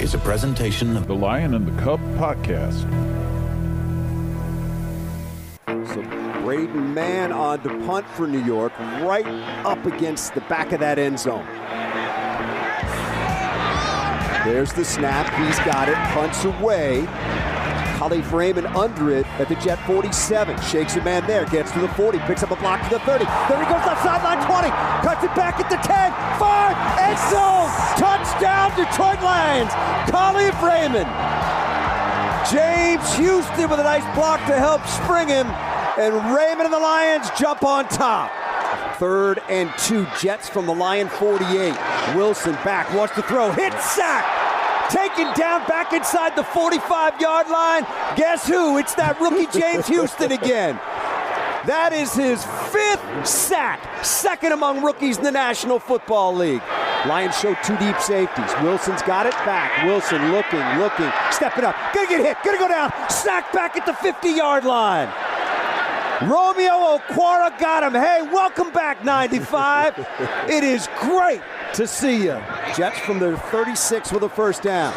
is a presentation of The Lion and the Cub podcast. So Braden Mann on the punt for New York, right up against the back of that end zone. There's the snap. He's got it. Punts away. Khalif Raymond under it at the Jet 47. Shakes a man there. Gets to the 40. Picks up a block to the 30. There he goes left sideline 20. Cuts it back at the 10. Five. End zone. Touchdown Detroit Lions. Khalif Raymond. James Houston with a nice block to help spring him. And Raymond and the Lions jump on top. Third and two. Jets from the Lion 48. Wilson back. Wants to throw. Hit sack. Taken down back inside the 45 yard line. Guess who? It's that rookie James Houston again. That is his fifth sack, second among rookies in the National Football League. Lions show two deep safeties. Wilson's got it back. Wilson looking, looking, stepping up. Gonna get hit, gonna go down. Sack back at the 50 yard line. Romeo Okwara got him. Hey, welcome back, 95. it is great to see you. Jets from their 36 with a first down.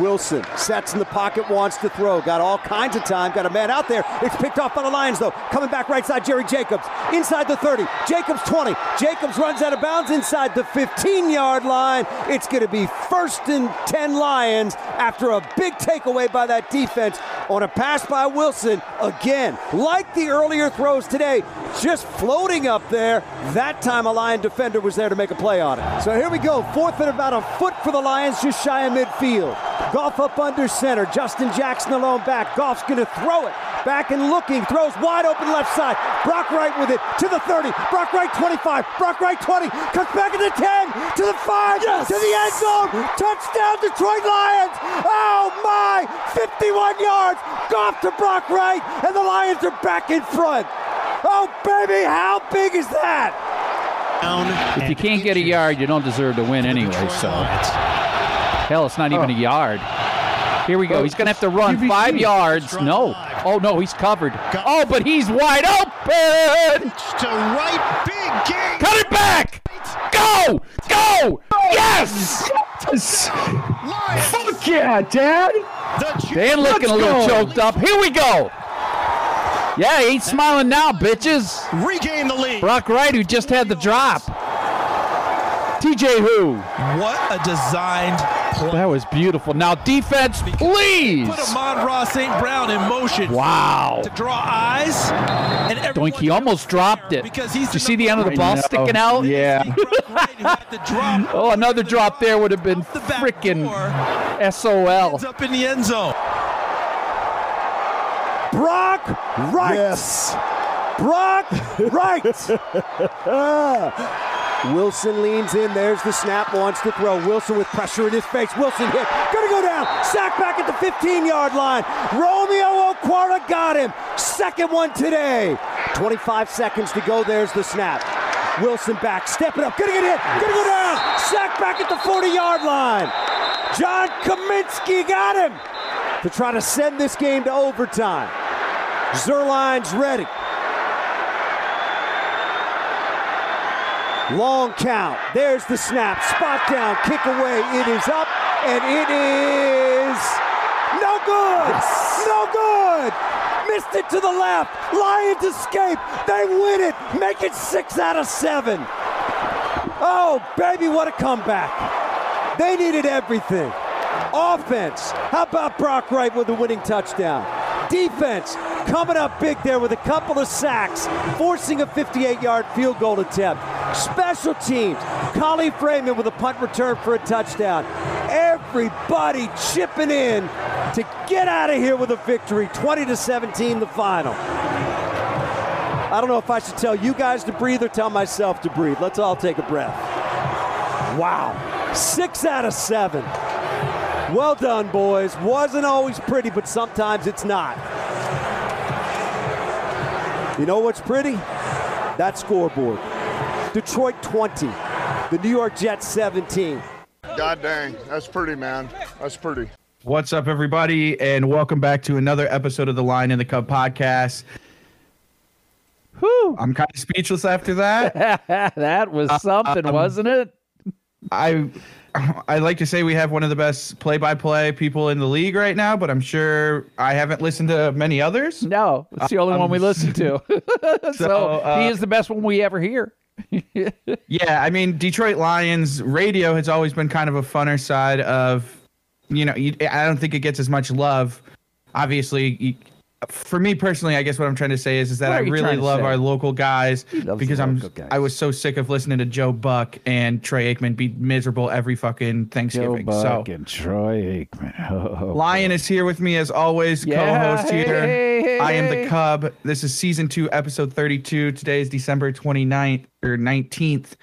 Wilson sets in the pocket, wants to throw. Got all kinds of time. Got a man out there. It's picked off by the Lions, though. Coming back right side, Jerry Jacobs. Inside the 30. Jacobs 20. Jacobs runs out of bounds inside the 15 yard line. It's going to be first and 10 Lions after a big takeaway by that defense on a pass by Wilson. Again, like the earlier throws today, just floating up there. That time a Lion defender was there to make a play on it. So here we go. Fourth and about a foot for the Lions, just shy of midfield. Goff up under center. Justin Jackson alone back. Goff's going to throw it. Back and looking. Throws wide open left side. Brock Wright with it to the 30. Brock Wright 25. Brock Wright 20. Cuts back at the 10. To the 5. To the end zone. Touchdown Detroit Lions. Oh my. 51 yards. Goff to Brock Wright. And the Lions are back in front. Oh baby, how big is that? If you can't get a yard, you don't deserve to win anyway. So, hell, it's not even a yard. Here we go. He's gonna have to run five yards. No. Oh no, he's covered. Oh, but he's wide open. to right, big game. Cut it back. Go. Go. Yes. Lions, Fuck yeah, Dad! the Chiefs Dan looking a little choked up. Here we go. Yeah, he ain't smiling now, bitches. regain the lead. Brock Wright, who just had the drop. TJ Who. What a designed play. That was beautiful. Now, defense, please. Put Amon Ross St. Brown in motion. Wow. To draw eyes. And everyone Doink, he almost dropped it. Because Did he's you see the end of the I ball know. sticking out? Yeah. Oh, another drop there would have been the back freaking door, SOL. ends up in the end zone. Brock Wright. Brock Wright. Wilson leans in. There's the snap. Wants to throw. Wilson with pressure in his face. Wilson hit. Gonna go down. Sack back at the 15 yard line. Romeo Okwara got him. Second one today. 25 seconds to go. There's the snap. Wilson back. Stepping up. Gonna get hit. Gonna go down. Sack back at the 40 yard line. John Kaminsky got him to try to send this game to overtime. Zerline's ready. Long count. There's the snap. Spot down. Kick away. It is up and it is no good. No good. Missed it to the left. Lions escape. They win it. Make it six out of seven. Oh, baby, what a comeback. They needed everything. Offense. How about Brock Wright with the winning touchdown? Defense coming up big there with a couple of sacks, forcing a 58 yard field goal attempt. Special teams. Collie Freeman with a punt return for a touchdown. Everybody chipping in to get out of here with a victory. 20 to 17, the final. I don't know if I should tell you guys to breathe or tell myself to breathe. Let's all take a breath. Wow. Six out of seven. Well done, boys. Wasn't always pretty, but sometimes it's not. You know what's pretty? That scoreboard. Detroit 20, the New York Jets 17. God dang, that's pretty, man. That's pretty. What's up, everybody, and welcome back to another episode of the Line in the Cup podcast. Whew. I'm kind of speechless after that. Uh, um, that was something, wasn't it? I I like to say we have one of the best play-by-play people in the league right now, but I'm sure I haven't listened to many others. No, it's the only one we listen to. um, so he uh, is the best one we ever hear. Yeah, I mean Detroit Lions radio has always been kind of a funner side of, you know, you, I don't think it gets as much love. Obviously, you, for me personally, I guess what I'm trying to say is is that What I are you really trying to love say? our local guys loves because the I'm local guys. I was so sick of listening to Joe Buck and Trey Aikman be miserable every fucking Thanksgiving. so and Troy Aikman. Oh. Lion is here with me as always, Yeah, co-host hey, here. hey, hey, I am hey. the Cub. This is season two, episode 32. Today is December 29th or 19th.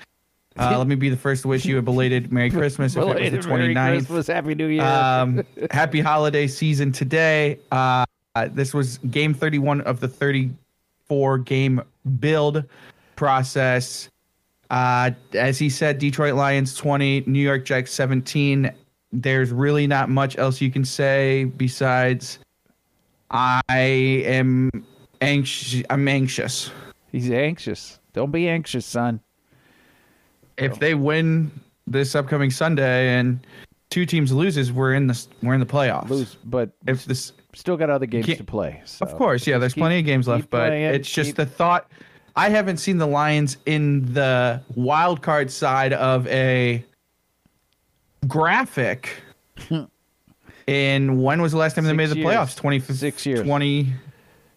Uh, let me be the first to wish you a belated Merry Christmas if it was the 29th. Merry Christmas, Happy New Year. Um, happy holiday season today. Uh, uh, this was game 31 of the 34 game build process. Uh, as he said, Detroit Lions 20, New York Jets 17. There's really not much else you can say besides I am anxious. I'm anxious. He's anxious. Don't be anxious, son. If they win this upcoming Sunday and two teams loses, we're in the we're in the playoffs. Lose, but If this still got other games can't- to play. so Of course, yeah. There's keep- plenty of games keep left, but playing, it's just keep- the thought. I haven't seen the Lions in the wild card side of a graphic. in when was the last time they Six made the years. playoffs? Twenty Six years. Twenty.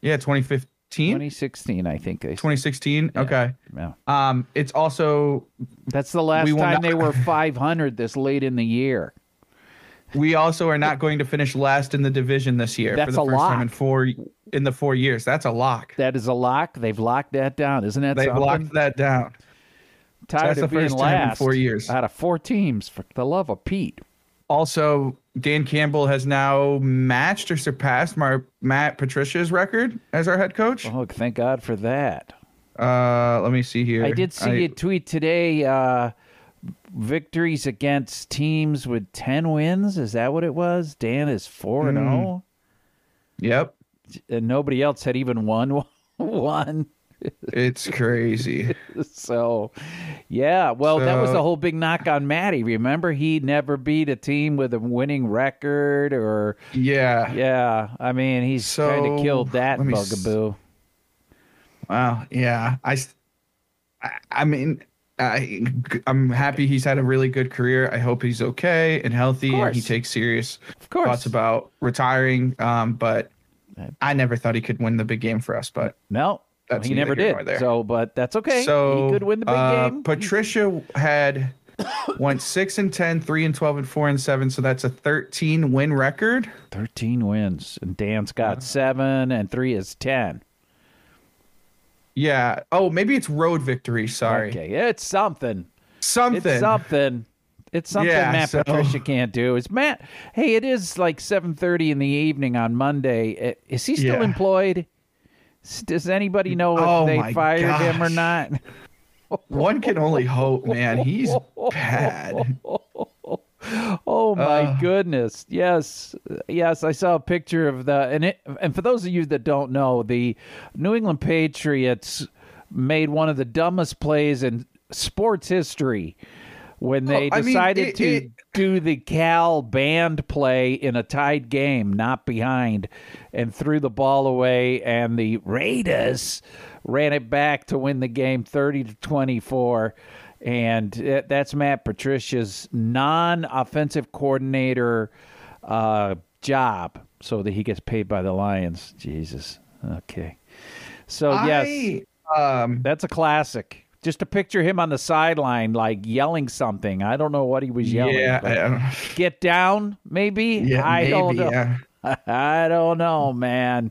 Yeah, 2015, 2016, I think they. 2016. Okay. Yeah. Um, it's also That's the last We will time not- they were 500 this late in the year. we also are not going to finish last in the division this year That's for the a first time in lock. four in the four years. That's a lock. That is a lock. They've locked that down, isn't that? They've something? locked that down. Tired that's of the being first time in last four years. out of four teams. For the love of Pete, also Dan Campbell has now matched or surpassed Mar- Matt Patricia's record as our head coach. oh, thank God for that. Uh, let me see here. I did see I- a tweet today. Uh, victories against teams with 10 wins. Is that what it was? Dan is 4 Hmm. and 0. Yep, And nobody else had even won one. it's crazy. So, yeah. Well, that was So- the whole big knock on Matty. Remember, he never beat a team with a winning record or, yeah. yeah. I mean, he's kind So, of killed that let me s- bugaboo. Wow. Yeah. I. s- I, I mean. I, I'm happy he's had a really good career. I hope he's okay and healthy, and he course. takes serious Of course. thoughts about retiring. Um, but I never thought he could win the big game for us. But no, That's he neither never here did. nor there. So, but that's okay. So he could win the big uh, game. Patricia had went six and 10, 3 and twelve, and four and seven. So that's a thirteen win record. 13 wins and dan's got Uh, seven and three is 10 Yeah. Oh, maybe it's road victory. Sorry. okay it's something Something. it's something it's something Yeah, matt so- patricia can't do is matt hey it is like 7.30 in the evening on monday I- is he still Yeah. employed S- does anybody know if Oh, they my fired him or gosh. not One can only hope, man. He's bad. Oh my Uh. goodness! Yes, yes, I saw a picture of the and it, and for those of you that don't know, the New England Patriots made one of the dumbest plays in sports history when they I mean, decided it- to it- do the Cal band play in a tied game, not behind, and threw the ball away. And the Raiders ran it back to win the game 30 to 24. And it- that's Matt Patricia's non offensive coordinator uh, job so that he gets paid by the Lions. Jesus. Okay. So, yes. I, um, That's a classic. Just to picture him on the sideline, like yelling something. I don't know what he was yelling. yeah, but I, don't know. get down, maybe. yeah, I maybe, don't know. yeah. I don't know, man.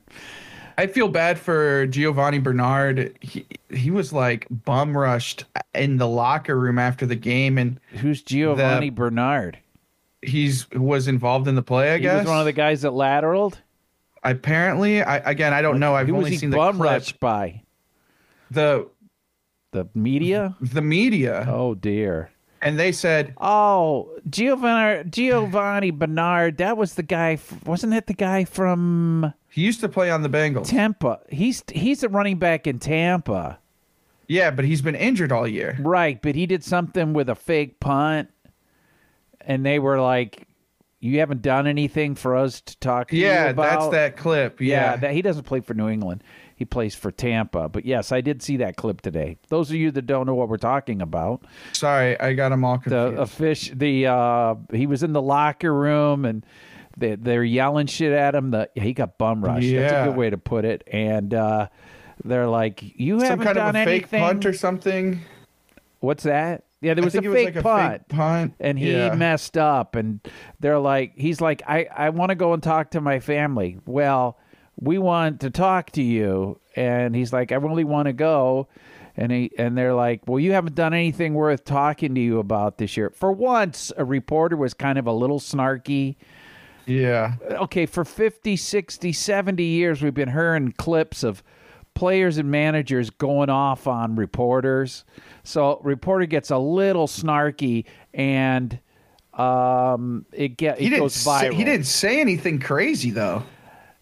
I feel bad for Giovanni Bernard. He he was like bum rushed in the locker room after the game, and Who's Giovanni Bernard? he's was involved in the play. I He guess was one of the guys that lateraled. Apparently, I again I don't know. I've Who was only he seen the bum clip. rushed by? the The media? the media, Oh dear. and they said Oh, Giovanni Giovanni Bernard. That was the guy. f- Wasn't that the guy from he used to play on the Bengals. Tampa? He's he's a running back in Tampa. Yeah, but he's been injured all year. Right, but he did something with a fake punt and they were like, "You haven't done anything for us to talk to you Yeah, that's about?" that clip. Yeah, Yeah. that, he doesn't play for New England. He plays for Tampa. But yes, I did see that clip today. Those of you that don't know what we're talking about, Sorry, I got them all the uh, confused. offici the uh, he was in the locker room and they, they're yelling shit at him. The he got bum rushed. Yeah. That's a good way to put it. And uh, they're like, "You Some haven't kind done of a fake anything." punt or something. What's that? Yeah, there was I a think fake it was like a punt. fake punt. and he yeah. messed up and they're like he's like i i want to go and talk to my family well we want to talk to you and he's like i really want to go and he and they're like well you haven't done anything worth talking to you about this year for once a reporter was kind of a little snarky Yeah. okay, for 50, 60, 70 years, we've been hearing clips of players and managers going off on reporters. So reporter gets a little snarky and um, it get He it didn't. goes say, viral. he didn't say anything crazy though.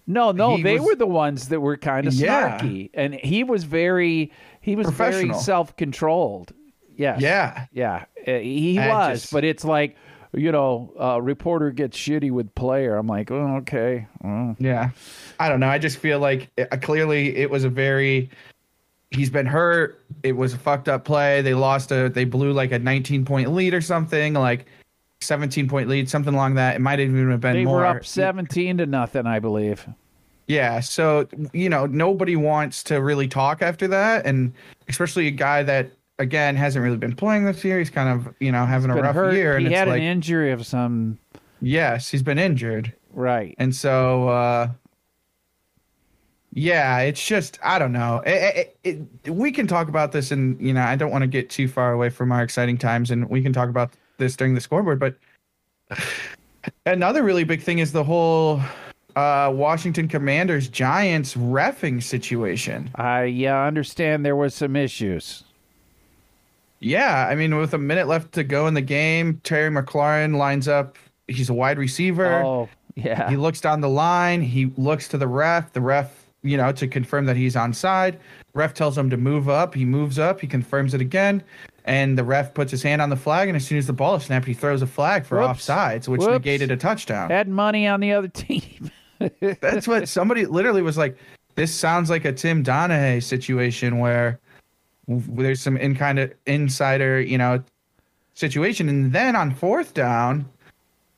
No, no, He they was- were the ones that were kind of Yeah. snarky, and he was very he was very Professional. self controlled. Yes. Yeah. Yeah. Uh, He he I was, just- but it's like. You know, uh, reporter gets shitty with player. I'm like, oh, okay. well. Yeah. I don't know. I just feel like uh, clearly it was a very he's been hurt. It was a fucked up play. They lost a they blew like a 19 point lead or something, like 17 point lead, something along that. It might have even have been They more were up 17 to nothing, I believe. Yeah, so you know, nobody wants to really talk after that and especially a guy that again hasn't really been playing this year. He's kind of, you know, having a Been rough hurt. year and he it's had like an injury of some yes, he's been injured. right. And so, uh, yeah, it's just I don't know. It, it, it, we can talk about this, and you know, I don't want to get too far away from our exciting times, and we can talk about this during the scoreboard. But another really big thing is the whole uh, Washington Commanders Giants refing situation. I yeah, I understand there was some issues. Yeah, I mean, with a minute left to go in the game, Terry McLaurin lines up. He's a wide receiver. Oh, yeah. He looks down the line. He looks to the ref. The ref, you know, to confirm that he's onside. Ref tells him to move up. He moves up. He confirms it again. And the ref puts his hand on the flag. And as soon as the ball is snapped, he throws a flag for Whoops. offsides, which Whoops. negated a touchdown. Had money on the other team. That's what somebody literally was like. This sounds like a Tim Donahue situation where w- there's some in kind of insider, you know, situation. And then on fourth down,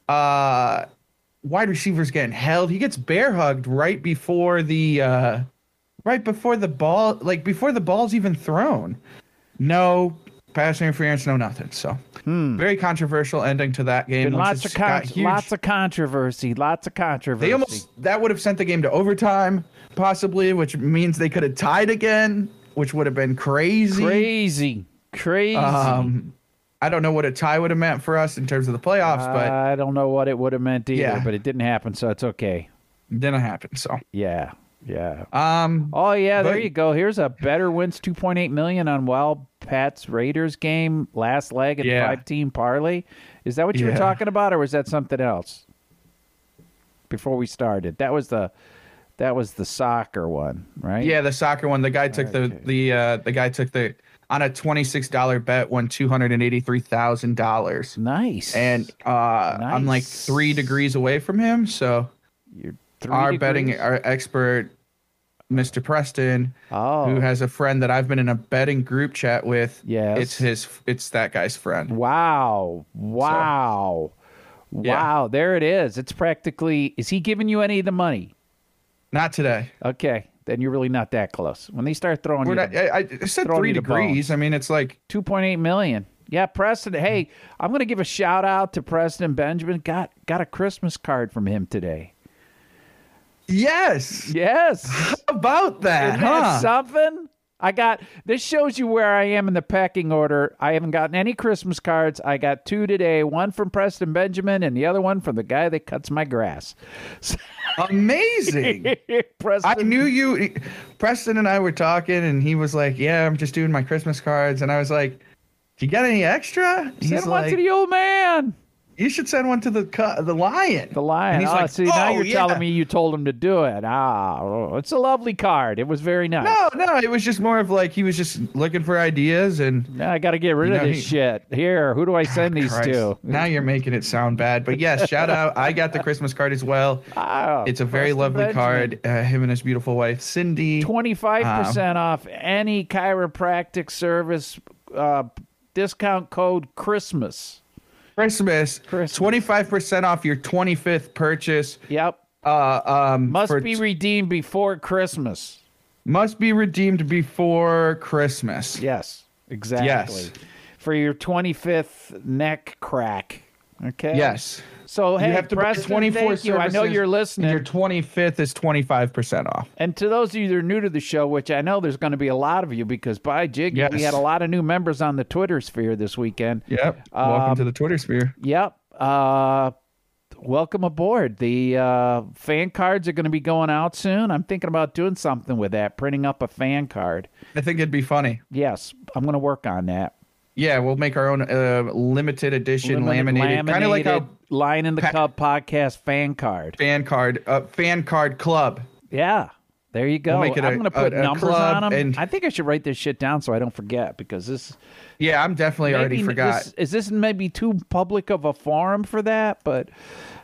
uh, wide receiver's getting held. He gets bear hugged right before the uh, right before the ball, like before the ball's even thrown. No pass interference, no nothing. So very controversial ending to that game. Been Hmm. which lots has of got con- huge- lots of controversy. Lots of controversy. they almost that would have sent the game to overtime, possibly, which means they could have tied again, which would have been crazy. crazy, crazy. Um, I don't know what a tie would have meant for us in terms of the playoffs, but I don't know what it would have meant either, Yeah. but it didn't happen, so it's okay. it didn't happen. So, Yeah, yeah. um, Oh yeah, there But- you go. Here's a better wins 2.8 million on Wild Pats Raiders game last leg at Yeah. five team parlay. Is that what you Yeah. were talking about, or was that something else? Before we started, that was the that was the soccer one, right? yeah, the soccer one, the guy took the the uh, the guy took the on a twenty six dollar bet won two hundred and eighty three thousand dollars, nice. and uh, I'm like Nice. three degrees away from him, so. you're three our degrees- betting our expert mr preston Oh. who has a friend that i've been in a betting group chat with Yes. it's his it's that guy's friend Wow! Wow! yeah. Wow! There it is. It's practically. Is he giving you any of the money? not today Okay, then you're really not that close. When they start throwing, we're you not the- i, I said throwing three you the degrees i mean it's like 2.8 million. Yeah, Preston. Hey, I'm going to give a shout out to Preston Benjamin. Got got a Christmas card from him today. yes Yes. about that Isn't huh that something? I got this shows you where I am in the pecking order. I haven't gotten any Christmas cards. I got two today, one from Preston Benjamin and the other one from the guy that cuts my grass. amazing Preston I knew you. Preston and I were talking, and he was like, "Yeah, I'm just doing my Christmas cards." And I was like, "You got any extra?" send one to the old man. You should send one to the co- the lion. The lion. And he's Oh, like, see, now "Oh, you're yeah." telling me you told him to do it. Ah, oh, it's a lovely card. It was very nice. No, no, it was just more of like he was just looking for ideas and Now I got to get rid You of know, this he- shit. Here, who do I send these Christ, to? Now you're making it sound bad, but yes, shout out. I got the Christmas card as well. Ah, It's a very Preston lovely Benjamin. card. Uh, him and his beautiful wife, Cindy. 25% um, off any chiropractic service uh, discount code Christmas. Christmas. Christmas. Twenty five percent off your twenty fifth purchase. Yep. Uh, um, Must for- be redeemed before Christmas. must be redeemed before Christmas. Yes, exactly. For your 25th neck crack. Okay. Yes. So hey, you have to Preston, buy 24 thank you. I know services, you're listening. And your 25th is 25% off. And to those of you that are new to the show, which I know there's going to be a lot of you because by jig, we Yes. had a lot of new members on the Twitter sphere this weekend. Yep. Welcome Um, to the Twitter sphere. Yep. Uh, welcome aboard. The uh, fan cards are going to be going out soon. I'm thinking about doing something with that, printing up a fan card. I think it'd be funny. Yes, I'm going to work on that. Yeah, we'll make our own uh, limited edition Limited- laminated, kind of like laminated a Lion in the Pack- Cup podcast fan card. fan card, uh, fan card club. Yeah. There you go. We'll make it I'm a- going to put a- a numbers club on them. and- I think I should write this shit down so I don't forget because this Yeah, I'm definitely already maybe forgot. This, is this maybe too public of a forum for that? But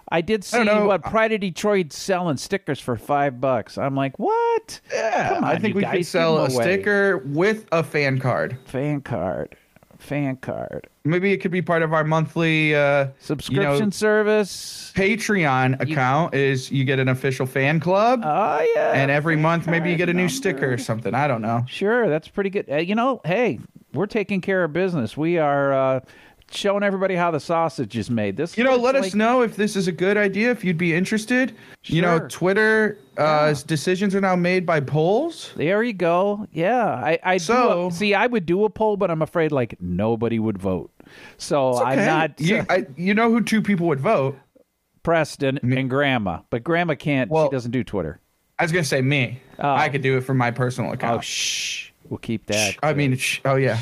I did see don't know. what Pride of Detroit selling stickers for five bucks. I'm like, what? yeah, Come I on, think you we guys, could sell a give 'em away. sticker with a fan card. Fan card, fan card, Maybe it could be part of our monthly uh, you subscription know, service. Patreon account. Is you get an official fan club, Oh yeah, and every month maybe you card get a new number. sticker or something. I don't know. Sure, that's pretty good. Uh, you know, hey, we're taking care of business. We are uh, showing everybody how the sausage is made. This, You know, looks let like- us know if this is a good idea. If you'd be interested, you know, Sure. Twitter uh, decisions are now made by polls. There you go. Yeah, I I do So- a- see. I would do a poll, but I'm afraid like nobody would vote. So I'm Okay. not You, I, you know who two people would vote? Preston and Grandma, but Grandma can't. Well- she doesn't do Twitter. I was gonna say me. I could do it from my personal account. Oh, shh. We'll keep that. I mean, sh- oh yeah.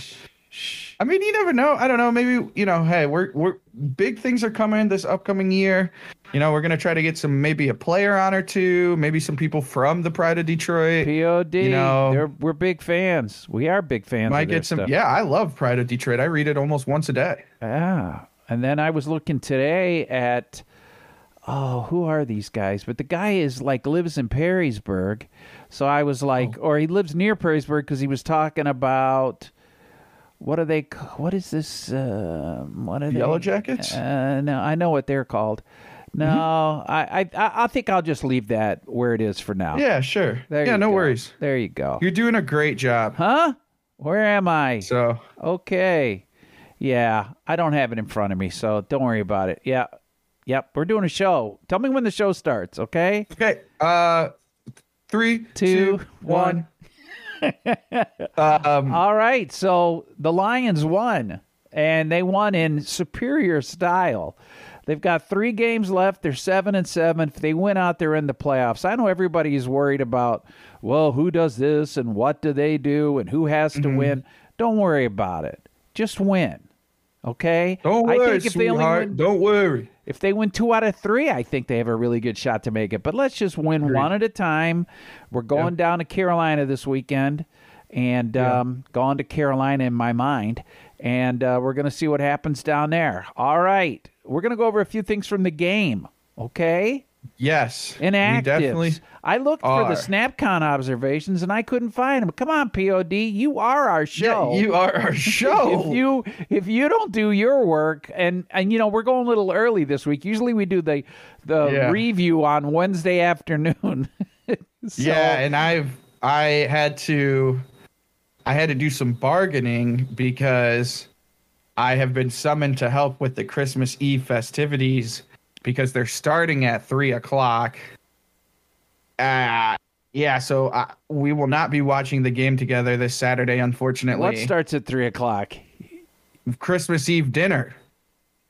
I mean, you never know. I don't know. Maybe you know. Hey, we're we're big things are coming this upcoming year. You know, we're gonna try to get some maybe a player on or two, maybe some people from the Pride of Detroit. Pod. you know- They're- we're big fans. We are big fans. Might of their get some. stuff. Yeah, I love Pride of Detroit. I read it almost once a day. Yeah. And then I was looking today at oh, who are these guys? But the guy is like lives in Perrysburg. So I Oh. was like or he lives near Perrysburg cuz he was talking about what are they c- what is this um what are they Yellow Jackets? Mm-hmm. Uh, no, I know what they're called. No, I, I I I think I'll just leave that where it is for now. Yeah, sure. There yeah, you no go. worries. There you go. You're doing a great job. huh? Where am I? So Okay. Yeah, I don't have it in front of me, so don't worry about it. Yeah. Yep, we're doing a show. Tell me when the show starts, okay? okay. Uh, three, Two, two, one. one. um, All right. So the Lions won, and they won in superior style. They've got three games left. They're seven and seven. If they win out, they're in the playoffs. I know everybody is worried about, well, who does this and what do they do and who has to Mm-hmm. win. Don't worry about it. Just win. Okay? don't I worry, think if they only sweetheart. win- Don't worry. If they win two out of three, I think they have a really good shot to make it. But let's just win one at a time. We're going down to Carolina this weekend, and um, going to Carolina in my mind, and uh, we're going to see what happens down there. All right, we're going to go over a few things from the game. Okay, Yes. we inactive. I looked for are. the SnapCon observations, and I couldn't find them. Come on, Pod, you are our show Yeah, you are our show. if you if you don't do your work and and you know we're going a little early this week usually we do the the Yeah. review on wednesday afternoon so, yeah, and I've I had to I had to do some bargaining because I have been summoned to help with the Christmas Eve festivities because they're starting at three o'clock. Uh, yeah, so I, we will not be watching the game together this Saturday, what unfortunately. starts at three o'clock Christmas Eve dinner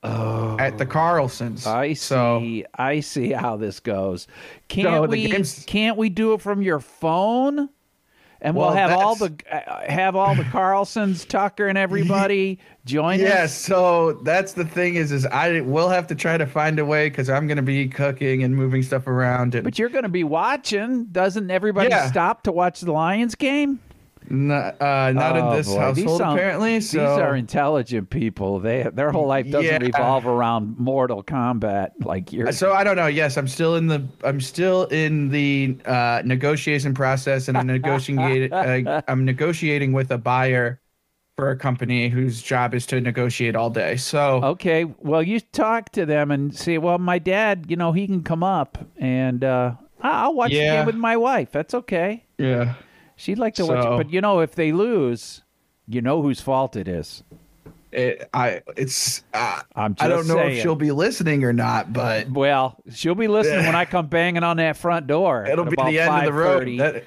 at the Carlsons. Oh, i So- see i see how this goes can't the we game's- can't we do it from your phone and we'll, Well, have all the that's- uh, have all the Carlsons, Tucker, and everybody join Yeah, us. so that's the thing is, is I will have to try to find a way because I'm gonna be cooking and moving stuff around. And But you're going to be watching. Doesn't everybody Yeah. stop to watch the Lions game? n- uh, not Oh, in this boy. These household sound- apparently. So These are intelligent people. They their whole life doesn't Yeah. revolve around Mortal Kombat like yours. So I don't know. Yes, I'm still in the I'm still in the uh, negotiation process, and I'm negotiating. uh, I'm negotiating with a buyer for a company whose job is to negotiate all day. So okay, well you talk to them and say, well, my dad, you know, he can come up and uh, I- I'll watch the Yeah. game with my wife. That's okay. yeah, She'd like to watch, So- it. but you know, if they lose, you know whose fault it is. it, I it's uh, I'm I don't just know saying. if she'll be listening or not, but Well, she'll be listening when I come banging on that front door. it'll at be about the end of the road. 5:30. That-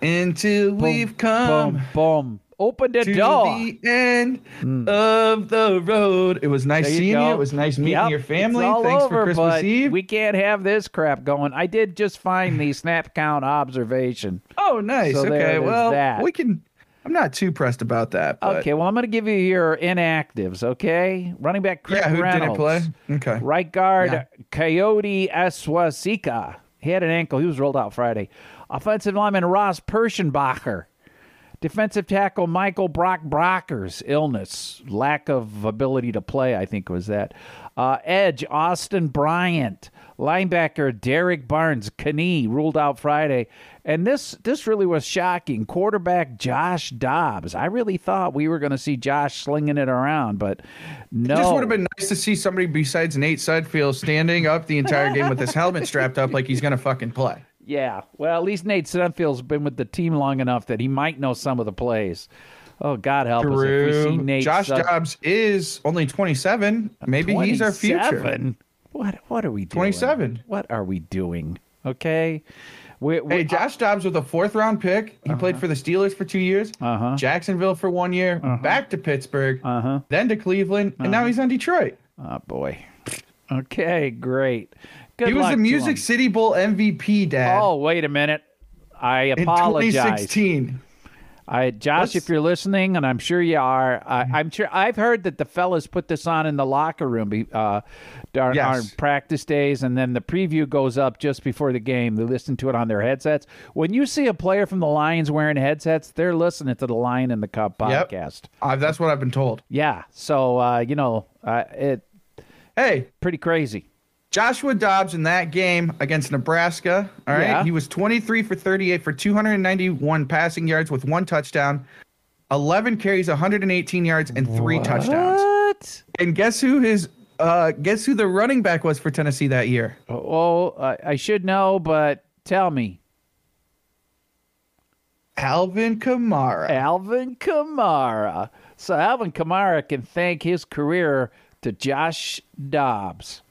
until we've come boom, boom. Open the to door. the end of the road. It was nice Hmm. There you seeing you. go. It was nice meeting Yep, your it's family. all Thanks over, for Christmas but Eve. We can't have this crap going. I did just find the snap count observation. Oh, nice. So there it okay. is, Well, that. we can. I'm not too pressed about that. But Okay, well, I'm going to give you your inactives, okay? Running back Craig Yeah. Who Reynolds. didn't play? Okay. Right guard Yeah. Coyote Aswasika. He had an ankle. He was rolled out Friday. Offensive lineman Ross Perschenbacher. Defensive tackle Michael Brock Brockers. Illness. Lack of ability to play, I think was that. Uh, edge Austin Bryant. Linebacker Derek Barnes. Kanee ruled out Friday. And this this really was shocking. Quarterback Josh Dobbs. I really thought we were going to see Josh slinging it around, but no. It just would have been nice to see somebody besides Nate Sudfield standing up the entire game with his helmet strapped up like he's gonna fucking play. Yeah. Well, at least Nate Sunfield's been with the team long enough that he might know some of the plays. Oh, God help us if we see True. Nate. Josh Sud- Dobbs is only 27. Maybe he's our future. 27? What What are we doing? 27. What are we doing? Okay. We, we, Hey, Josh Dobbs with a fourth round pick. He played for the Steelers for two years, Uh-huh. Jacksonville for one year, back to Pittsburgh, Uh-huh. then to Cleveland, and now he's on Detroit. oh, boy. Okay, great. Good he was luck the to Music him. City Bowl MVP, Dad. Oh, wait a minute. I in apologize. 2016. I, Josh, Let's- Mm-hmm. if you're listening, and I'm sure you are, I, I'm sure I've heard that the fellas put this on in the locker room be- uh, during Yes. our practice days, and then the preview goes up just before the game. They listen to it on their headsets. When you see a player from the Lions wearing headsets, they're listening to the Lion in the Cup Yep. podcast. Uh, that's what I've been told. Yeah, so uh, you know, uh, it Hey, pretty crazy. Joshua Dobbs in that game against Nebraska. All right. Yeah. He was 23 for 38 for 291 passing yards with one touchdown, 11 carries, 118 yards, and three touchdowns. What? And guess who his uh guess who the running back was for Tennessee that year? Oh, uh, I should know, but tell me, Alvin Kamara. Alvin Kamara. So Alvin Kamara can thank his career to Josh Dobbs.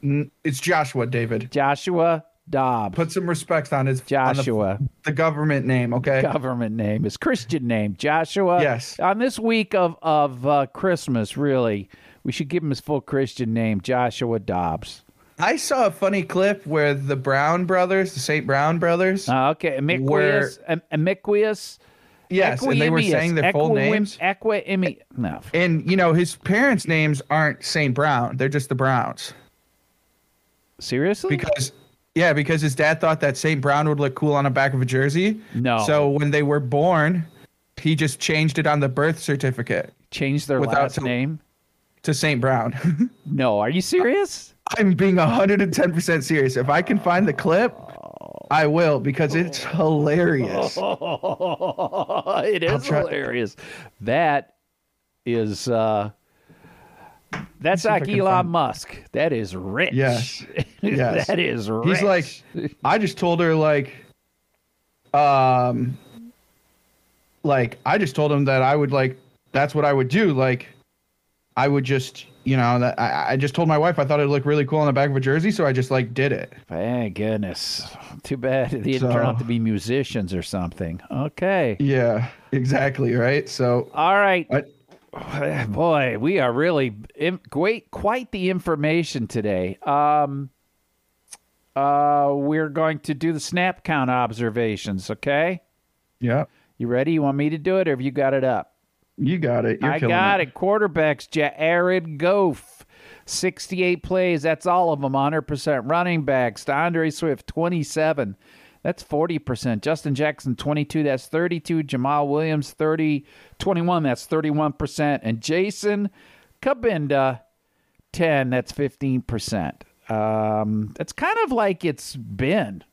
N- It's Joshua David. Joshua Dobbs. Put some respect on his on the- Joshua. the, government name, okay? government name, his Christian name, Joshua. Yes. On this week of of uh, Christmas, really, we should give him his full Christian name, Joshua Dobbs. I saw a funny clip where the Brown brothers, the St. Brown brothers, Uh, okay, Where- Amiquius, Am- Amiquius. yes, and they were Equimius, saying their full Equim- names. Equimi. No. And you know, his parents' names aren't St. Brown; they're just the Browns. Seriously? Because yeah, because his dad thought that St. Brown would look cool on the back of a jersey. No. So when they were born, he just changed it on the birth certificate Change their Without last some- name? to St. Brown. No. Are you serious? I'm being 110% serious. If I can find the clip, I will because it's Oh. hilarious. it is try- hilarious. That is uh that's see if I like can Elon find- Musk. That is rich. Yes. Yes. that is rich. He's like, I just told her like, um, like I just told him that I would like, that's what I would do. Like, I would just, you know, that I, I just told my wife I thought it looked really cool on the back of a jersey, so I just like did it. Thank goodness. Too bad they didn't turn So- out to be musicians or something. Okay. Yeah, exactly, right. So, All right. I, Boy, we are really im- great, quite the information today. Um, uh, we're going to do the snap count observations, okay? Yeah. You ready? You want me to do it, or have you got it up? You got it. You're I killing got it. Quarterbacks, Jared Goff, 68 plays. That's all of them, 100%. Running backs, DeAndre Swift, 27. That's 40%. Justin Jackson, 22. That's 32. Jamal Williams, 30. 21. That's 31%. And Jason Kabinda, 10. That's 15%. Um, that's kind of like it's been.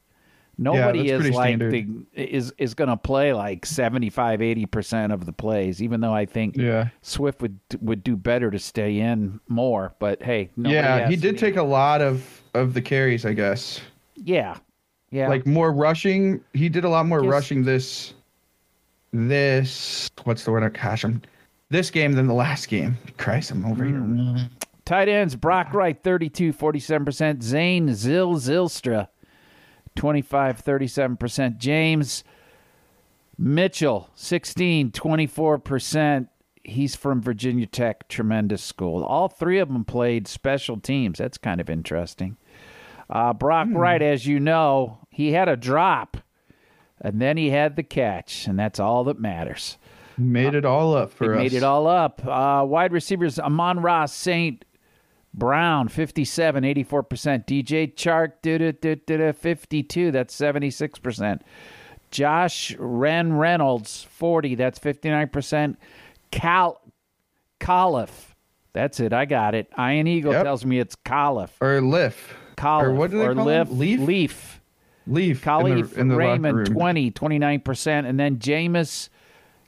Nobody that's is pretty like standard. the, is is going to play like 75 80% of the plays even though I think Yeah. Swift would would do better to stay in more, but hey, nobody Yeah, he has did any- take a lot of of the carries, I guess. Yeah. Yeah. Like more rushing. He did a lot more Yes. rushing this this what's the word? Gosh, I'm this game than the last game. Christ, I'm over Mm. here. Tight ends, Brock Wright, 32, 47%. Zane Zil Zilstra, 25, 37%. James Mitchell, 16, 24%. He's from Virginia Tech, tremendous school. All three of them played special teams. That's kind of interesting. Uh, Brock Wright, as you know, he had a drop, and then he had the catch, and that's all that matters. Made it all up for They us. made it all up. Uh, wide receivers Amon Ross St. Brown, 57, 84%. DJ Chark, duh, duh, duh, duh, duh, 52, that's 76%. Josh Ren Reynolds, 40, that's 59%. Cal Caliph, that's it, I got it. Ian Eagle Yep. tells me it's Caliph. Or Liff. Caliph. Or what do they call Leaf. him? Leaf? Leaf. Leaf. Khalif in the, in the locker Raymond, room. 20, 29%. And then Jameis,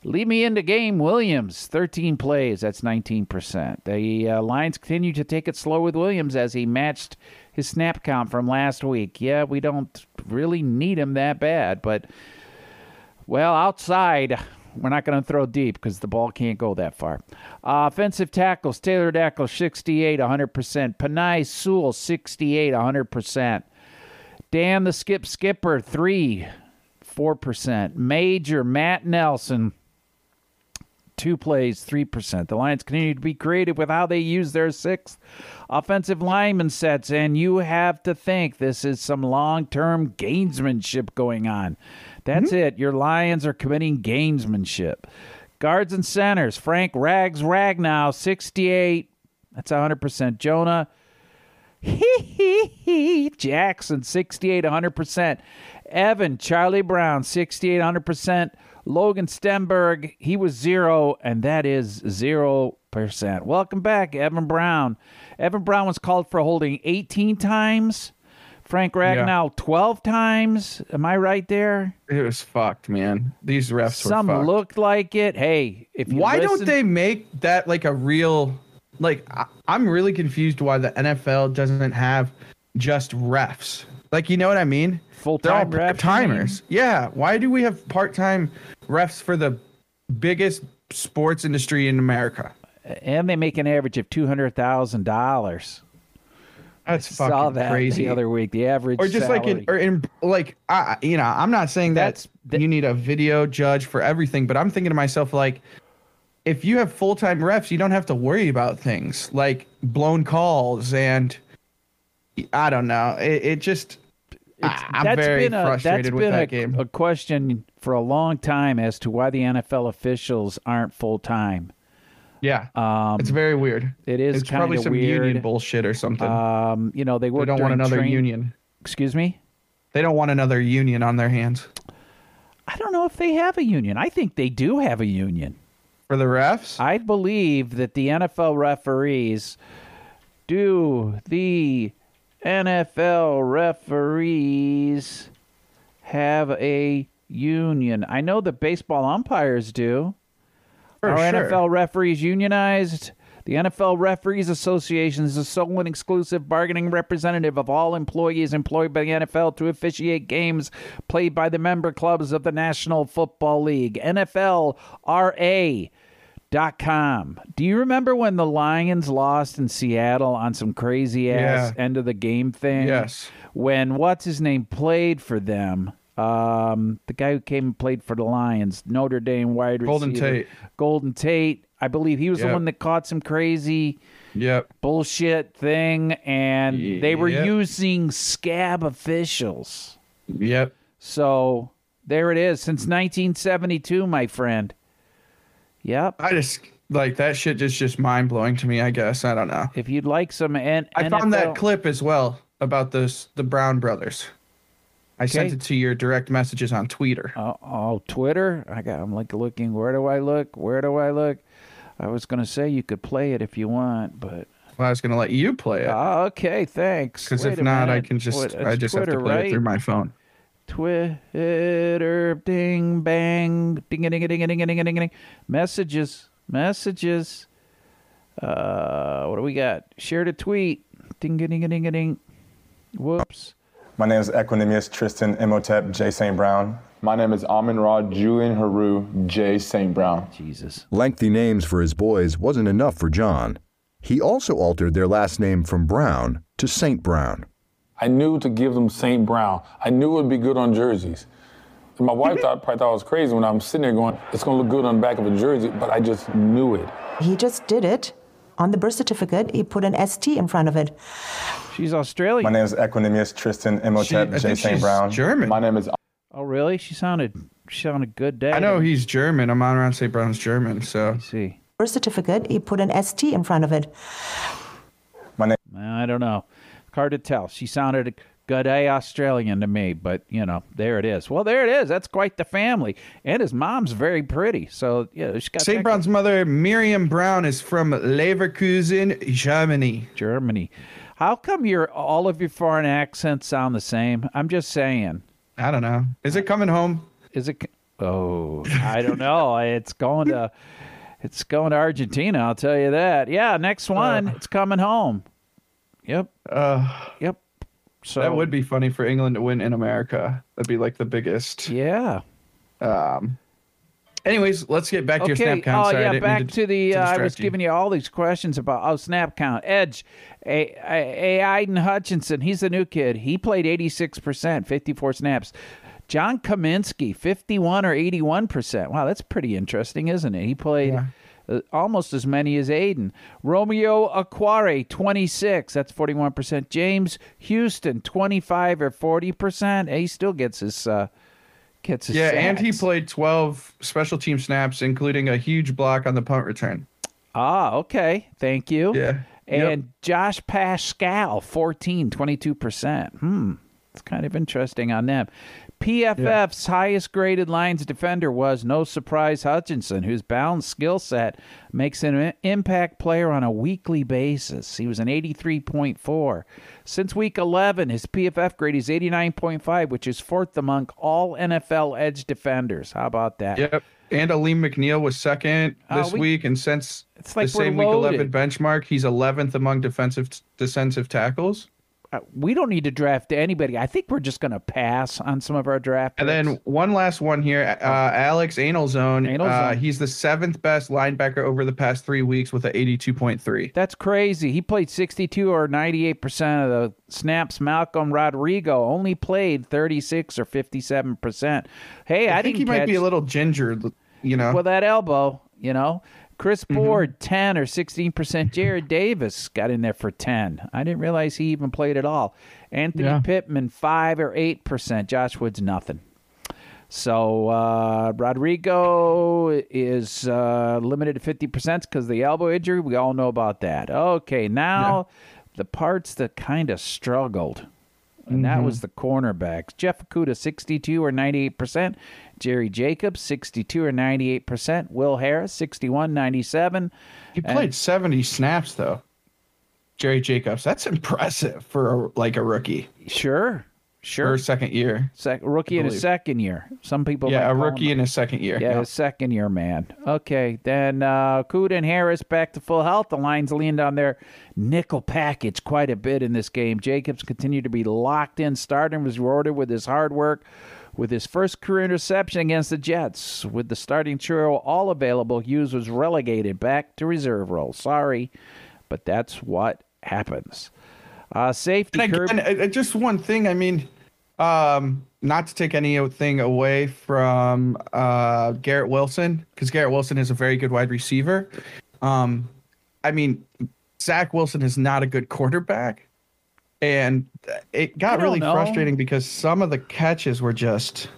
lead me into game, Williams, 13 plays. That's 19%. The uh, Lions continue to take it slow with Williams as he matched his snap count from last week. Yeah, we don't really need him that bad, but, well, outside. We're not going to throw deep because the ball can't go that far. Uh, offensive tackles, Taylor Dackle, 68, 100%. Panay Sewell, 68, 100%. Dan the Skip Skipper, three, four percent. Major Matt Nelson, two plays, three percent. The Lions continue to be creative with how they use their sixth offensive lineman sets, and you have to think this is some long-term gamesmanship going on. That's it. Your Lions are committing gamesmanship. Guards and centers, Frank Rags Ragnow, sixty-eight. That's hundred percent. Jonah. Jackson, 68, 100%. Evan, Charlie Brown, 68, 100%. Logan Stenberg, he was zero, and that is 0%. Welcome back, Evan Brown. Evan Brown was called for holding 18 times. Frank Ragnow, 12 times. Am I right there? It was fucked, man. These refs Some were fucked. looked like it. Hey, if you why listen- don't they make that like a real like I, i'm really confused why the nfl doesn't have just refs like you know what i mean they're all Full-time refs, you mean? part-timers yeah why do we have part-time refs for the biggest sports industry in america and they make an average of $200,000. that's fucking Saw that crazy the other week. The average or just like in, salary. or in like I you know I'm not saying that That's- that- you need a video judge for everything, but I'm thinking to myself like if you have full time refs, you don't have to worry about things like blown calls and I don't know. It, it just It's- I- Ah, I'm that's very been a, frustrated that's with been that a, game. a question for a long time as to why the NFL officials aren't full time. yeah, it's very weird. Um, it is It's probably kinda some union weird. bullshit or something. Um, you know, they work they don't want during another train- union. Excuse me. They don't want another union on their hands I don't know if they have a union. I think they do have a union. for the refs. I believe that the NFL referees do the NFL referees have a union. I know the baseball umpires do. For Are sure. NFL referees unionized? The NFL Referees Association is the sole and exclusive bargaining representative of all employees employed by the NFL to officiate games played by the member clubs of the National Football League. NFLRA.com. Do you remember when the Lions lost in Seattle on some crazy ass Yeah. end of the game thing? Yes. When what's his name played for them? Um, the guy who came and played for the Lions, Notre Dame wide receiver. Golden Tate. Golden Tate. I believe he was the Yep. one that caught some crazy Yep. bullshit thing, and they were Yep. using scab officials. Yep. So There it is. Since 1972, my friend. Yep. I just like that shit is just mind blowing to me. I guess I don't know. If you'd like some N- I found NFL that clip as well about those the Brown brothers. I sent Okay. it to your direct messages on Twitter. Oh, oh, Twitter. I got. I'm like looking. Where do I look? Where do I look? I was gonna say you could play it if you want, but Well, I was gonna let you play it Ah, okay, thanks. Uh, because Wait if a not, I minute. can just What, I it's just have Twitter, to play right? it through my phone. Twitter, ding, bang, ding, ding, ding, ding, ding, ding, ding, ding. Messages, messages. Uh, what do we got? Shared a tweet. Ding, ding, ding, ding, ding. Whoops. My name is Equinemius Tristan Imhotep J. St. Brown. My name is Amin Ra Julian Haru J. St. Brown. Jesus. Lengthy names for his boys wasn't enough for John. He also altered their last name from Brown to St. Brown. I knew to give them St. Brown. I knew it would be good on jerseys. And my wife thought, probably thought I was crazy when I'm sitting there going, it's going to look good on the back of a jersey, but I just knew it. He just did it on the birth certificate. He put an ST in front of it. She's My Australian. name is Equinemius Tristan She- Imhotep I J. think St. she's Brown. German. My name is Oh, really? She sounded. She sounded good. Day. I know he's German. I'm on around St. Brown's German, so See. Birth certificate. He put an ST in front of it. I don't know. It's Hard to tell. She sounded good day Australian to me, but you know, there it is. Well, there it is. That's quite the family. And his mom's very pretty. So yeah, she's got St. that- Brown's mother, Miriam Brown, is from Leverkusen, Germany. Germany. How come your all of your foreign accents sound the same? I'm just saying. I don't know. Is it coming home? Is it? Oh, I don't know. It's going to. It's going to Argentina. I'll tell you that. Yeah, next one. it's coming home. Yep. Uh, Yep. So that would be funny for England to win in America. That'd be like the biggest. Yeah. Anyways, let's get back to your snap count. Oh Sorry, I yeah, didn't back mean to, the. uh, I distract was you. giving you all these questions about oh snap count. Edge, a, a, a Aiden Hutchinson. He's the new kid. He played eighty six percent, fifty four snaps. John Kaminsky, fifty one or eighty one percent. Wow, that's pretty interesting, isn't it? He played. uh, Almost as many as Aiden. Romeo Aquare, 26. That's 41%. James Houston, 25 or 40%. He still gets his uh, gets his Yeah, and he sacks. played 12 special team snaps, including a huge block on the punt return. Ah, okay. Thank you. Yeah. And Josh Pascal, 14, 22%. Hmm. It's kind of interesting on them. PFF's highest graded Lions defender was, no surprise, Hutchinson, whose balanced skill set makes him an impact player on a weekly basis. He was an 83.4. Since week 11, his PFF grade is 89.5, which is fourth among all NFL edge defenders. How about that? Yep. And Aleem McNeil was second Oh, this we- week, and since It's like the we're same loaded. week 11 benchmark, he's 11th among defensive defensive tackles. uh, we don't need to draft anybody. I think we're just going to pass on some of our draft. And then picks. one last one here, uh, Oh. Alex Analzone. Anal Uh, Zone. he's the seventh best linebacker over the past three weeks with an 82.3. that's crazy. He played 62 or 98 percent of the snaps. Malcolm Rodrigo only played 36 or 57 percent. Hey, I, I think he didn't might be catch- a little ginger, you know. Well, that elbow, you know. Chris Mm-hmm. Board, 10 or 16%. Jared Davis got in there for 10. I didn't realize he even played at all. Anthony Pittman, 5 or 8%. Josh Woods, nothing. So uh, Rodrigo is uh, limited to 50% because the elbow injury. We all know about that. Okay, now the parts that kind of struggled and that Mm-hmm. was the cornerbacks. Jeff Okuda, 62 or 98%. Jerry Jacobs, 62 or 98%. Will Harris, 61, 97. He played 70 snaps though. Jerry Jacobs, that's impressive for a, like a rookie Sure, or sure. a second year. Sec- rookie in his believe. second year. Some people might yeah, a call rookie him- in his second year. Yeah, his second year, man. Okay, then uh, Okuda and Harris back to full health. The Lions leaned on their nickel package quite a bit in this game. Jacobs continued to be locked in. Stardom was rewarded with his hard work, with his first career interception against the Jets. With the starting trio all available, Hughes was relegated back to reserve role. Sorry, but that's what happens. Uh, safety And Kirby- again, I- I- just one thing. I mean, um, not to take anything away from uh, Garrett Wilson, because Garrett Wilson is a very good wide receiver. Um, I mean, Zach Wilson is not a good quarterback, and it I got don't really know. frustrating because some of the catches were just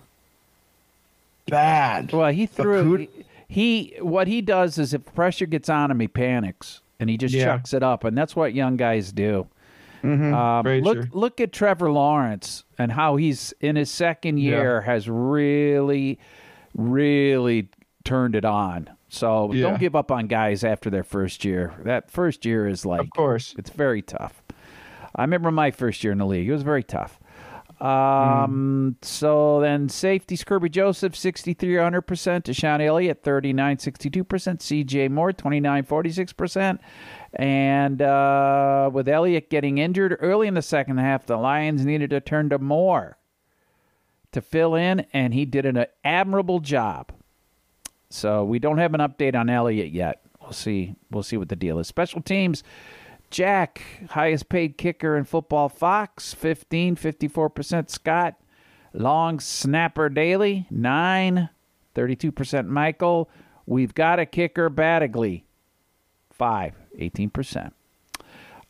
bad. Well, he threw he, he- what he does is if pressure gets on him, he panics and he just Yeah. Mm-hmm. chucks it up, and that's what young guys do. Um, Very look true. look at Trevor Lawrence and how he's in his second Yeah. year has really really turned it on. So Yeah. don't give up on guys after their first year. That first year is like Of course. It's very tough. I remember my first year in the league. It was very tough. Um, So then safeties Kirby Joseph, 6,300%. Deshaun Elliott, 39.62%. CJ Moore, 29.46%. And uh, with Elliott getting injured early in the second half, the Lions needed to turn to Moore to fill in, and he did an admirable job. So we don't have an update on Elliott yet. We'll see. We'll see what the deal is. Special teams. Jack, highest paid kicker in football. Fox, 15, 54%. Scott, long snapper daily, 9, 32%. Michael, we've got a kicker, Battagly, 5, 18%.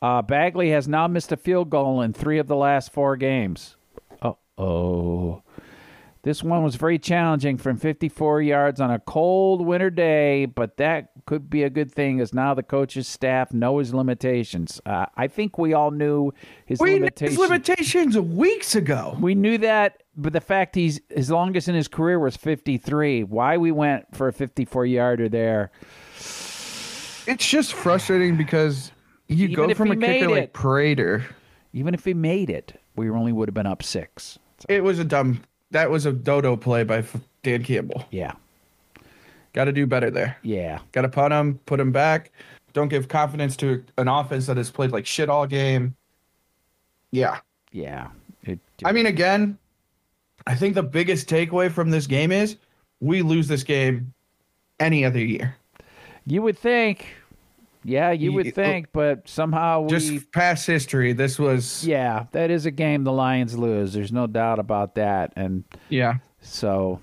Uh, Bagley has now missed a field goal in three of the last four games. Uh oh. This one was very challenging from 54 yards on a cold winter day, but that could be a good thing as now the coach's staff know his limitations. Uh, I think we all knew his We knew limitations. his limitations weeks ago. We knew that, but the fact he's his longest in his career was 53. Why we went for a 54 yarder there? It's just frustrating because you Even go if from he a kicker made like it. Prater. Even if he made it, we only would have been up six. It was a dumb. That was a dodo play by F- Dan Campbell. Yeah. Got to do better there. Yeah. Got to punt him, put him back. Don't give confidence to an offense that has played like shit all game. Yeah. Yeah. It, I mean, again, I think the biggest takeaway from this game is we lose this game any other year. You would think. Yeah, you Yeah, would think, but somehow we oh, Just past history, this was yeah, that is a game the Lions lose. There's no doubt about that, and yeah. so.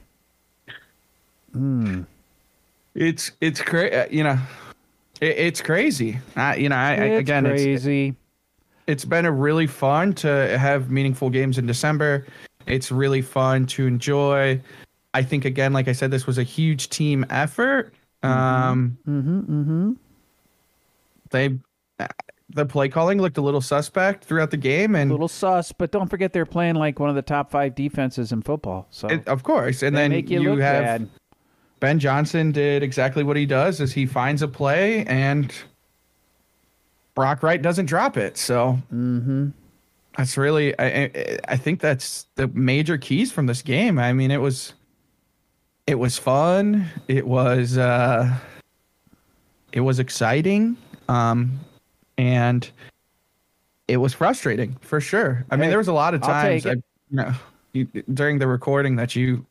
Hmm. It's it's crazy, you know. It, it's crazy. I, you know, I, I It's again, crazy. it's been a really fun to have meaningful games in December. It's really fun to enjoy. I think again, like I said, this was a huge team effort. Um, Mm-hmm. Mm-hmm. they uh, the play calling looked a little suspect throughout the game, and Little sus, but don't forget they're playing like one of the top five defenses in football. So it- of course, and They then make you, you look have bad. Ben Johnson did exactly what he does: is he finds a play and Brock Wright doesn't drop it. So mm-hmm. That's really, I, I, I think that's the major keys from this game. I mean, it was, it was fun. It was, uh, it was exciting. Um, and it was frustrating for sure. I mean, Hey, there was a lot of I'll times, take I, it. you know, you, during the recording that you,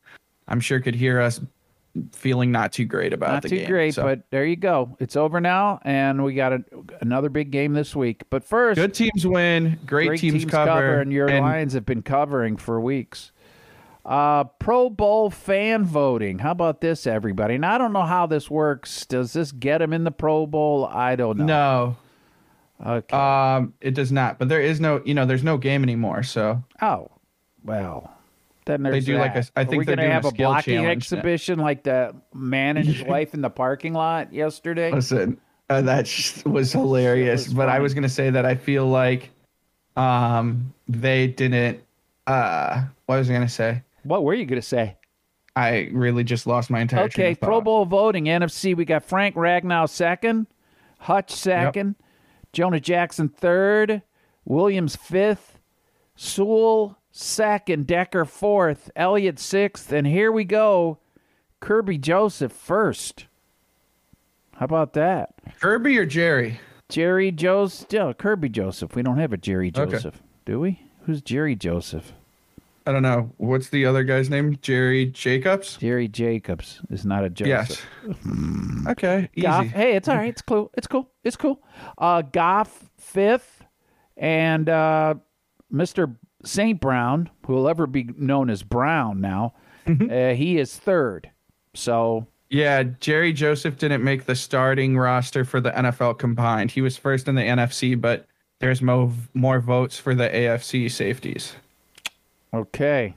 I'm sure could hear us feeling not too great about Not the too game. great, So, but there you go. It's over now, and we got a, another big game this week. But first, good teams win, great, teams, cover, and your Lions have been covering for weeks. Uh, Pro Bowl fan voting. How about this, everybody? And I don't know how this works. Does this get them in the Pro Bowl? I don't know. No. Okay. Um, it does not. But there is no, you know, there's no game anymore. So Oh, well. Then They there's do like that. a- I Are think we they're gonna doing a have a, skill blocking challenge now. exhibition like the man and his wife in the parking lot yesterday. listen, uh, that sh- was hilarious. but I was gonna say that I feel like, um, they didn't. Uh, what was I gonna say? What were you gonna say? I really just lost my entire. train Okay, of Pro thought. Bowl voting, NFC. We got Frank Ragnow second, Hutch second, Jonah Jackson third, Williams fifth, Sewell second, Decker fourth, Elliott sixth, and here we go, Kirby Joseph first. How about that? Kirby or Jerry? Jerry Joseph. No, Kirby Joseph. We don't have a Jerry Okay. Joseph, do we? Who's Jerry Joseph? I don't know. What's the other guy's name? Jerry Jacobs. Jerry Jacobs is not a Joseph. Yes. okay. Easy. Goff. Hey, it's all right. It's cool. It's cool. It's cool. Uh, Goff fifth, and uh, Mr. St. Brown, who will ever be known as Brown now, Mm-hmm. uh, he is third. So Yeah, Jerry Joseph didn't make the starting roster for the NFL combined. He was first in the NFC, but there's mo- more votes for the AFC safeties. okay,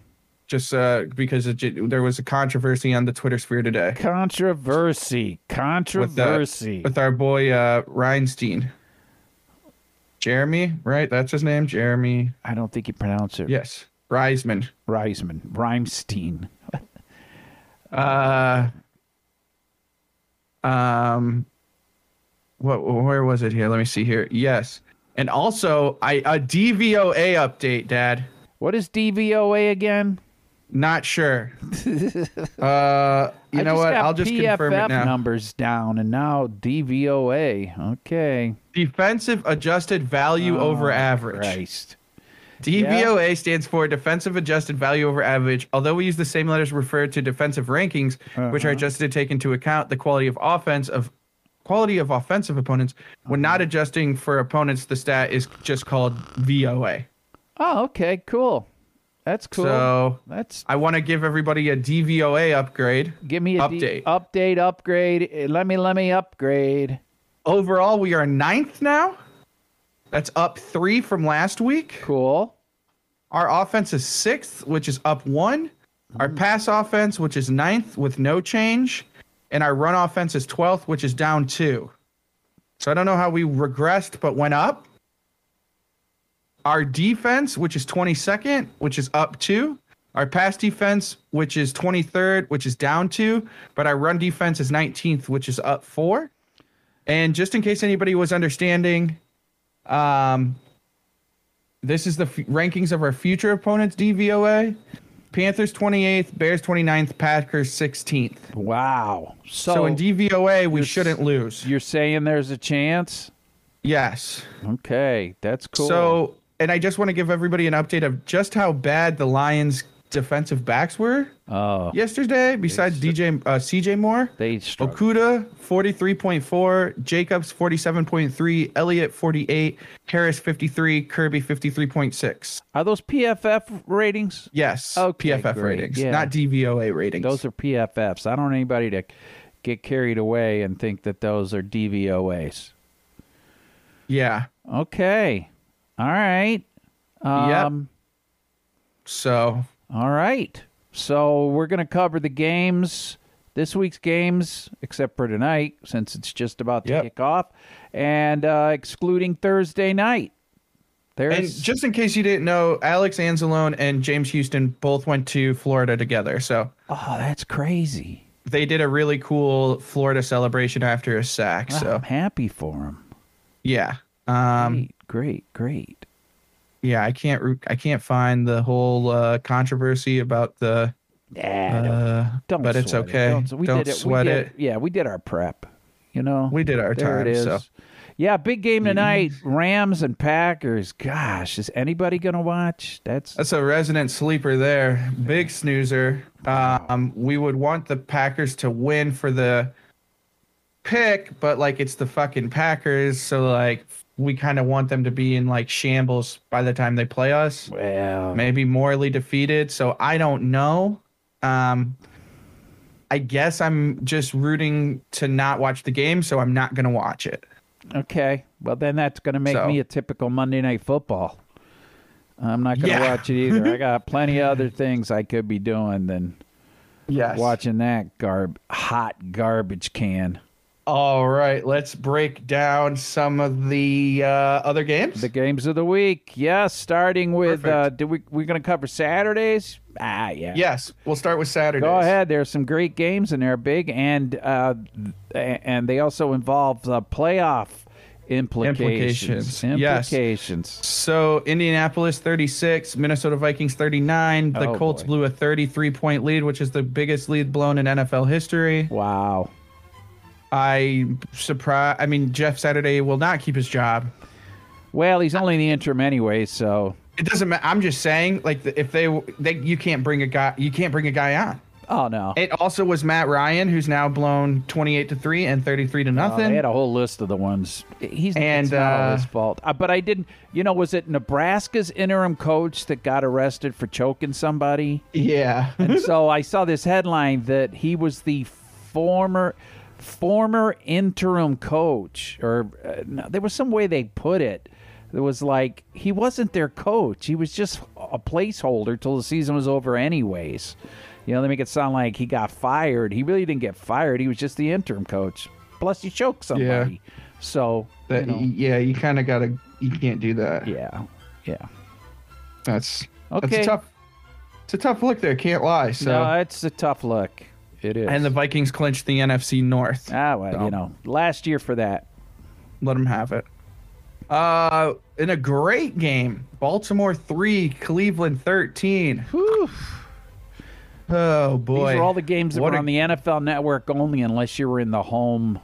just uh, because it, ju- there was a controversy on the Twitter sphere today. Controversy, controversy. With, uh, with our boy uh, Reinstein. Jeremy, right? That's his name, Jeremy. I don't think you pronounce it. Yes, Reisman. Reisman, Reinstein. uh, um, what? Where was it here? Let me see here. Yes, and also I a DVOA update, Dad. What is DVOA again? Not sure. uh, you I know what? got I'll just confirm it PFF now. Numbers down, and now DVOA. Okay. Defensive adjusted value Oh, over average. Christ. DVOA stands for defensive adjusted value over average. Although we use the same letters referred to defensive rankings, which Uh-huh. are adjusted to take into account the quality of offense of quality of offensive opponents, when Uh-huh. not adjusting for opponents, the stat is just called VOA. Oh, okay, cool. That's cool. So that's I want to give everybody a DVOA upgrade. Give me a update. D- update, upgrade. Eh, Let me let me upgrade. Overall, we are ninth now. That's up three from last week. Cool. Our offense is sixth, which is up one. Our pass offense, which is ninth with no change. And our run offense is 12th, which is down two. So I don't know how we regressed, but went up. Our defense, which is 22nd, which is up two. Our pass defense, which is 23rd, which is down two. But our run defense is 19th, which is up four. And just in case anybody was understanding, um, this is the f- rankings of our future opponents DVOA. Panthers 28th, Bears 29th, Packers 16th. Wow. So, So, in DVOA, we shouldn't lose. You're saying there's a chance? Yes. Okay, that's cool. So, and I just want to give everybody an update of just how bad the Lions' defensive backs were oh, yesterday, besides DJ, uh, CJ Moore. they struggled. Okuda 43.4, Jacobs 47.3, Elliott 48, Harris 53, Kirby 53.6. Are those PFF ratings? Yes. Okay, PFF great. ratings, Yeah. not DVOA ratings. Those are PFFs. I don't want anybody to get carried away and think that those are DVOAs. yeah. Okay. All right. Yep. Um, So All right. So we're going to cover the games, this week's games, except for tonight, since it's just about to Yep. kick off, and uh, excluding Thursday night. There's And just in case you didn't know, Alex Anzalone and James Houston both went to Florida together. So oh, that's crazy. they did a really cool Florida celebration after a sack. So I'm happy for him. yeah, um, Oh, Great, great, great. yeah, I can't re- I can't find the whole uh, controversy about the. Nah, don't- Uh, don't but it's sweat it. okay. Don't, we Don't did it. sweat we it. did, Yeah, we did our prep. You know, We did our there time. It is. So Yeah, big game tonight. Rams and Packers. Gosh, is anybody gonna watch? That's that's a resident sleeper there. Big snoozer. Um, we would want the Packers to win for the pick, but like it's the fucking Packers, so like we kind of want them to be in like shambles by the time they play us. well. Maybe morally defeated. So I don't know. Um, I guess I'm just rooting to not watch the game, so I'm not gonna watch it. Okay. Well, then that's going to make So- me a typical Monday Night Football. I'm not going to Yeah. watch it either. I got plenty of other things I could be doing than Yes. watching that garb hot garbage can. All right, let's break down some of the uh, other games. The games of the week. Yes, starting with Perfect. uh do we we're going to cover Saturdays? Ah, yeah. yes, we'll start with Saturday. Go ahead. There's some great games in there, big and uh and they also involve the playoff implications. Implications. Yes. Implications. So Indianapolis 36, Minnesota Vikings 39. The Oh, Colts boy. blew a 33 point lead, which is the biggest lead blown in NFL history. Wow. I surprise. I mean, Jeff Saturday will not keep his job. Well, he's only in the interim anyway, so It doesn't matter. I'm just saying, like, if they, they, you can't bring a guy, you can't bring a guy on. Oh no. It also was Matt Ryan, who's now blown 28 to three and 33 to Oh, they nothing. had a whole list of the ones. He's And, it's not all uh, his fault. Uh, but I didn't. You know, was it Nebraska's interim coach that got arrested for choking somebody? yeah. and so I saw this headline that he was the former former interim coach, or uh, no, there was some way they put it. It was like he wasn't their coach; he was just a placeholder till the season was over, anyways. You know, they make it sound like he got fired. He really didn't get fired. He was just the interim coach. Plus, he choked somebody. So That, you know. Yeah, you kind of gotta. You can't do that. Yeah, yeah. That's Okay. That's a tough. It's a tough look there. Can't lie. So No, it's a tough look. It is. And the Vikings clinched the NFC North. Ah, well, you know, last year for that. Let them have it. Uh, in a great game, Baltimore three, Cleveland thirteen. Oh boy! These are all the games that What were a- on the NFL Network only, unless you were in the home.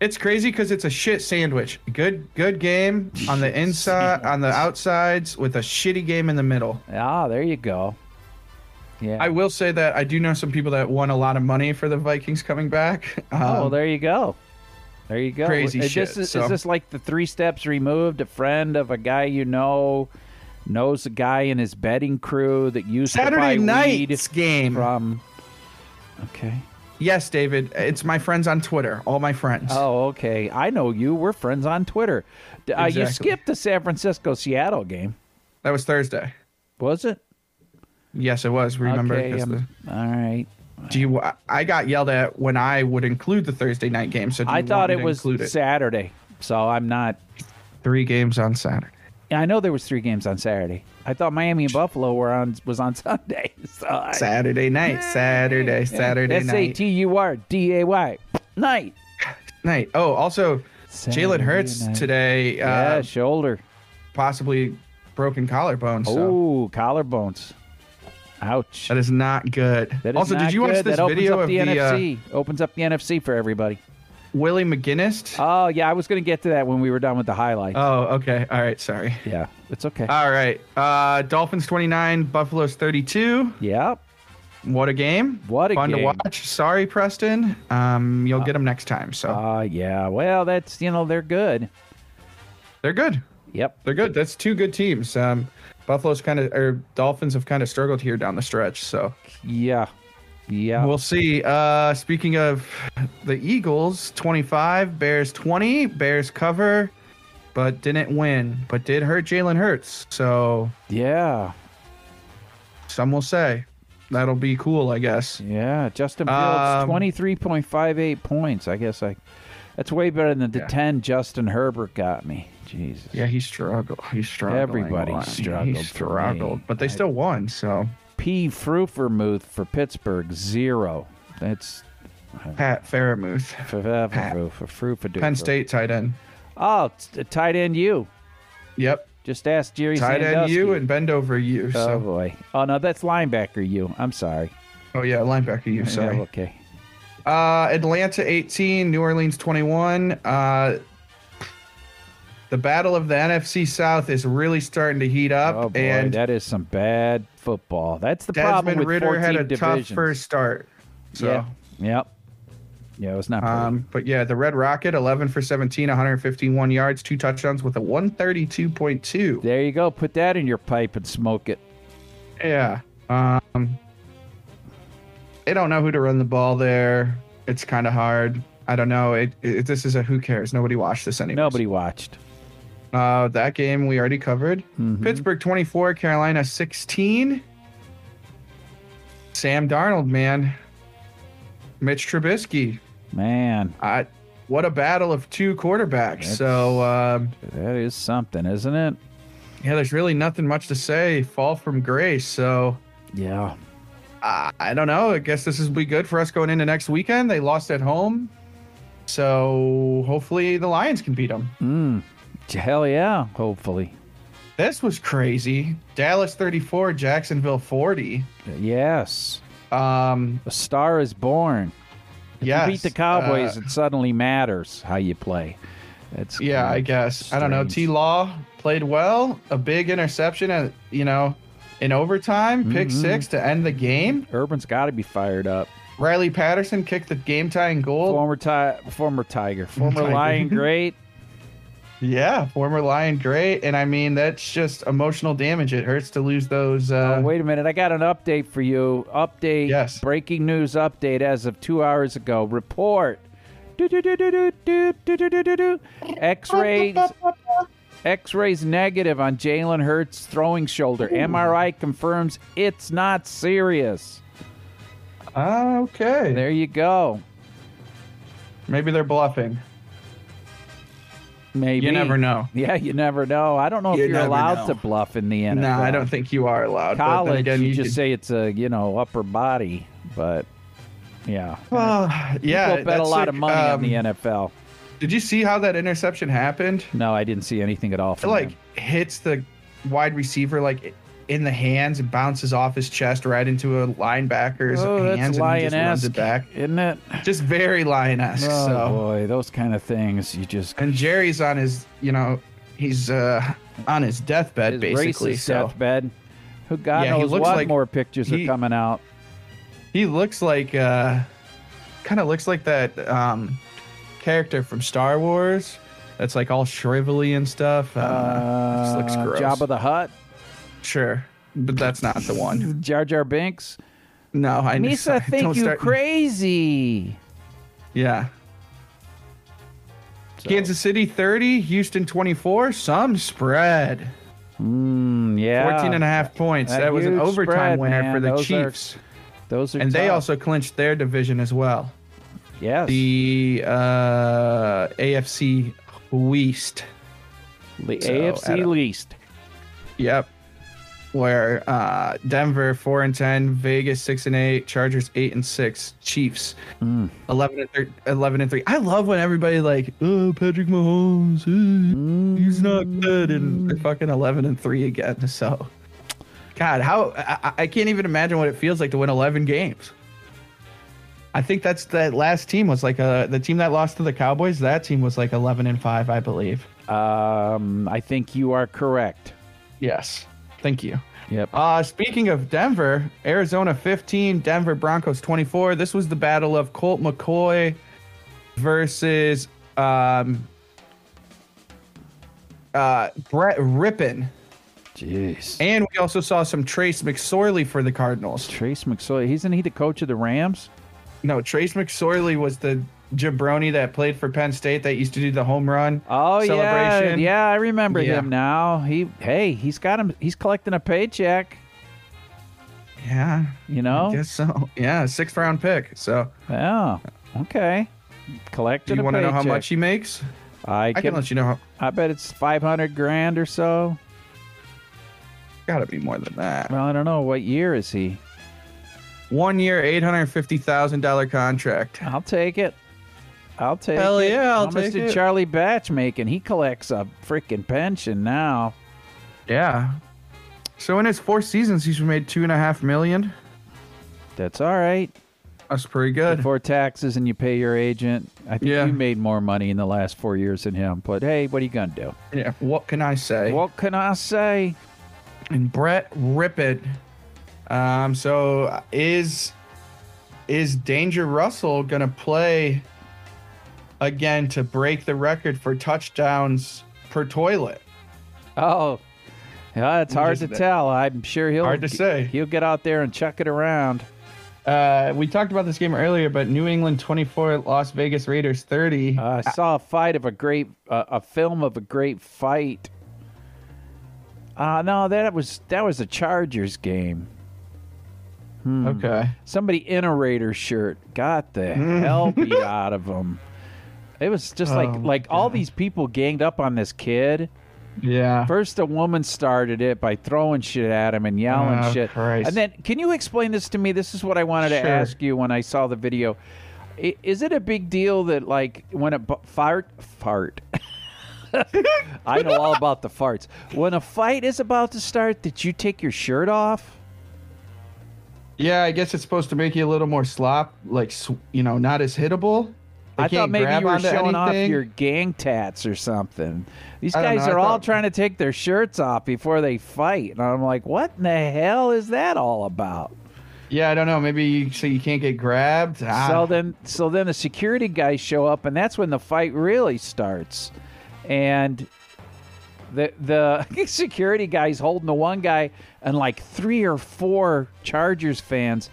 It's crazy because it's a shit sandwich. Good, good game on the inside, on the outsides, with a shitty game in the middle. Ah, there you go. Yeah. I will say that I do know some people that won a lot of money for the Vikings coming back. oh, Um, there you go. There you go. Crazy is shit, This, is- so. Is this like the three steps removed? A friend of a guy you know knows a guy in his betting crew that used Saturday to buy night's weed game. from. Okay. Yes, David. It's my friends on Twitter. All my friends. Oh, okay. I know you. We're friends on Twitter. D- Uh, you Exactly. skipped the San Francisco Seattle game. That was Thursday. Was it? Yes, it was. Remember? Okay, 'cause um, all right. the- do you? I- I got yelled at when I would include the Thursday night game. So do you I want thought me it to was include it? Saturday, so I'm not. three games on Saturday. I know there was three games on Saturday. I thought Miami and Buffalo were on was on Sunday. So I, Saturday night. Saturday. Saturday S A night. T U R D A Y night. Night. Oh, also, Jalen Saturday Hurts night. today. Uh, Yeah, shoulder. Possibly broken collarbone. So Oh, collarbones. Ouch. that is not good. That is also, not did you watch good. this that opens video up of the, uh, NFC? opens up the NFC for everybody. Willie McGinnis? Oh yeah, I was gonna get to that when we were done with the highlights. Oh, okay. All right. Sorry. yeah, it's okay. All right. Uh, Dolphins 29, Buffalo's 32. yep. What a game. What a Fun game. to watch. Sorry, Preston. Um, you'll get them next time. So Uh, yeah. Well, that's you know they're good. they're good. Yep. They're good. That's two good teams. Um, Buffalo's kind of, or Dolphins have kind of struggled here down the stretch. So Yeah. Yeah. we'll see. Uh, speaking of the Eagles, 25, Bears 20, Bears cover, but didn't win, but did hurt Jalen Hurts. So yeah. some will say that'll be cool, I guess. Yeah, Justin Fields Um, twenty three point five eight points. I guess I that's way better than the Yeah. ten Justin Herbert got me. Jesus. Yeah, he struggled. He struggled. Everybody struggled He for struggled, me. but they still won. So P. Frufermuth for Pittsburgh zero. That's Pat Fairmouth, for Penn Penn State tight end. Oh, it's the tight end you. Yep, Just ask Jerry tight end Sandusky. you and bend over you. oh So boy. Oh no, that's linebacker you. I'm sorry. oh yeah, linebacker you. Sorry. Yeah, okay. Uh, Atlanta 18, New Orleans 21. Uh, the battle of the NFC South is really starting to heat up, Oh boy, and that is some bad football. That's the problem Desmond with Ritter 14 had a divisions. tough first start. So. Yeah. Yep. Yeah, it was not pretty. Um, but yeah, the Red Rocket, 11 for 17, 151 yards, two touchdowns with a 132.2. There you go. Put that in your pipe and smoke it. Yeah. Um, they don't know who to run the ball there. It's kind of hard. I don't know. It, it this is a who cares. Nobody watched this anyway. Nobody watched. Uh, that game we already covered. Pittsburgh 24, Carolina 16. Sam Darnold, man. Mitch Trubisky. Man, I, what a battle of two quarterbacks. So. Um, that is something, isn't it? Yeah, there's really nothing much to say. Fall from grace. So Yeah. I I don't know. I guess this is be good for us going into next weekend. They lost at home, so hopefully the Lions can beat them. Hell yeah, hopefully. This was crazy. Dallas 34, Jacksonville 40. Yes. Um, A star is born. If yes, you beat the Cowboys, uh, it suddenly matters how you play. That's yeah, I guess. I don't know. T. Strange. Law played well. A big interception at you know, in overtime, pick Mm-hmm. six to end the game. Urban's got to be fired up. Riley Patterson kicked the game tying goal. Former ti- former Tiger, former Tiger. Lion great. Yeah, former Lion, great. And I mean, that's just emotional damage. It hurts to lose those. Uh, Oh, wait a minute. I got an update for you. Update. Yes. Breaking news update as of two hours ago. Report. Do, do, do, do, do, do, do, do, do, do, do. X-rays X rays negative on Jalen Hurts' throwing shoulder. MRI confirms it's not serious. Ah, Okay. There you go. Maybe they're bluffing. Maybe. You never know. Yeah, you never know. I don't know You if you're never allowed to know. bluff in the NFL. No, I don't think you are allowed. but then College, again, you, you just could- say it's a you know upper body, but yeah, Well, yeah. People bet a that's lot of like, money on um, the NFL. Did you see how that interception happened? No, I didn't see anything at all. It From like them. hits the wide receiver like in the hands and bounces off his chest right into a linebacker's Oh, that's hands and he just runs lion-esque, it back. Isn't it? Just very lioness. Oh so boy, those kind of things you just and Jerry's on his you know he's uh on his deathbed his basically. racist so deathbed. Who God Yeah, he knows looks what like- more pictures he- are coming out. he looks like uh kind of looks like that um character from Star Wars that's like all shrivelly and stuff. Uh, just looks Uh, gross. Jabba the Hutt, Sure, but that's not the one. Jar Jar Binks. No, I Misa, don't think you start- crazy. Yeah. Kansas City 30, Houston 24, some spread. Mm, yeah, 14 and a half points. That, was an huge overtime spread, winner man. for the Those are- Chiefs. those are and they tough. also clinched their division as well. yes. The uh, AFC West. The So, I AFC don't- least. Yep. Where uh, Denver four and ten, Vegas six and eight, Chargers eight and six, Chiefs eleven and thir- eleven and three. I love when everybody like, oh Patrick Mahomes, uh, he's not good, and they're fucking eleven and three again. So, God, how I, I- I can't even imagine what it feels like to win eleven games. I think that's that last team was like uh the team that lost to the Cowboys. That team was like eleven and five, I believe. Um, I think you are correct. Yes, thank you. Yep. Uh, speaking of Denver, Arizona 15, Denver Broncos 24. This was the battle of Colt McCoy versus um, uh, Brett Rippin. Jeez. And we also saw some Trace McSorley for the Cardinals. Trace McSorley, isn't he the coach of the Rams? No, Trace McSorley was the jabroni that played for Penn State that used to do the home run Oh yeah, celebration. yeah, I remember Yeah. him now. He, hey, he's got him. He's collecting a paycheck. Yeah. You I know? guess so. Yeah, sixth round pick. So, Yeah. Okay. do Collecting you a want to know how paycheck. much he makes? I I can, can let you know. How, I bet it's five hundred grand or so. gotta be more than that. Well, I don't know what year is he. One year, eight hundred fifty thousand dollar contract. I'll take it. I'll take Hell it. yeah, I'll How much take did it. Charlie Batch make? And he collects a freaking pension now. Yeah. So in his four seasons, he's made two and a half million. That's all right. That's pretty good. Before taxes and you pay your agent. I think Yeah. you made more money in the last four years than him. But hey, what are you gonna do? Yeah. What can I say? What can I say? and Brett Rippett. Um. So is is Danger Russell gonna play again to break the record for touchdowns per toilet? Oh. Yeah, it's We hard just- to tell. I'm sure he'll Hard to say. he'll get out there and chuck it around. Uh, we talked about this game earlier, but New England 24, Las Vegas Raiders 30. Uh, I saw a fight of a great, uh, a film of a great fight. Uh, no, that was that was a Chargers game. okay. Somebody in a Raiders shirt got the hell beat out of him. It was just Hmm. Oh, like my like all these people ganged up on this kid. Yeah. First, a woman started it by throwing shit at him and yelling Oh, shit. Christ. And then, can you explain this to me? This is what I wanted Sure. to ask you when I saw the video. I- Is it a big deal that like when a bu- fart fart? I know all about the farts. When a fight is about to start, that you take your shirt off? Yeah, I guess it's supposed to make you a little more slop, like sw- you know, not as hittable. They I thought can't maybe grab you were onto showing off anything. your gang tats or something. These I don't guys know, I are all thought- trying to take their shirts off before they fight, and I'm like, what in the hell is that all about? Yeah, I don't know. Maybe you, so you can't get grabbed. Ah, So then, so then the security guys show up, and that's when the fight really starts. And the the security guys holding the one guy, and like three or four Chargers fans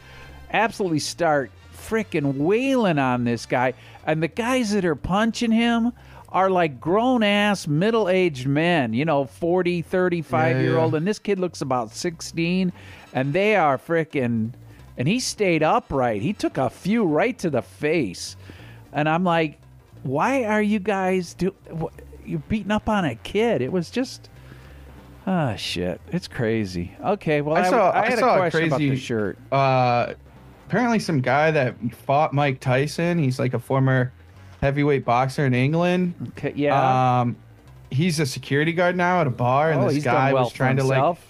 absolutely start freaking wailing on this guy. And the guys that are punching him are like grown ass middle aged men, you know, 40, 35 Yeah, year yeah. old. And this kid looks about 16, and they are freaking. And he stayed upright. He took a few right to the face. And I'm like, why are you guys do wh- you're beating up on a kid? It was just ah shit. It's crazy. Okay, well I, I saw. I I, had saw a a, question crazy about the shirt. Uh, apparently, some guy that fought Mike Tyson. He's like a former heavyweight boxer in England. Okay, yeah. Um, he's a security guard now at a bar, and Oh, this he's done guy well was for trying to like. himself.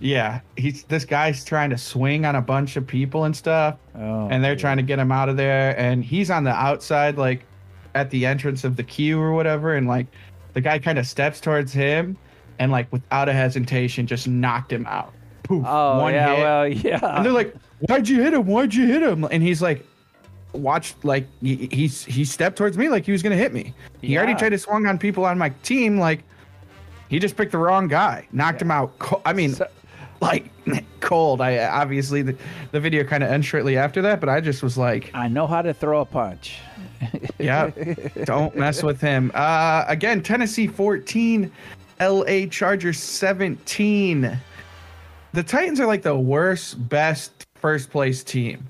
Yeah, he's this guy's trying to swing on a bunch of people and stuff, Oh. and they're trying to get him out of there. And he's on the outside, like at the entrance of the queue or whatever, and like the guy kind of steps towards him, and like without a hesitation, just knocked him out. Poof, Oh, one yeah, hit. well, yeah. And they're like, "Why'd you hit him? Why'd you hit him?" And he's like, "Watch, like he he, he stepped towards me like he was gonna hit me. He already Yeah. tried to swing on people on my team. Like he just picked the wrong guy, knocked him out. Co- I mean, like cold. I obviously the, the video kind of ends shortly after that, but I just was like, I know how to throw a punch. yeah, don't mess with him. Uh, again, Tennessee 14, LA Chargers 17. The Titans are like the worst, best first place team.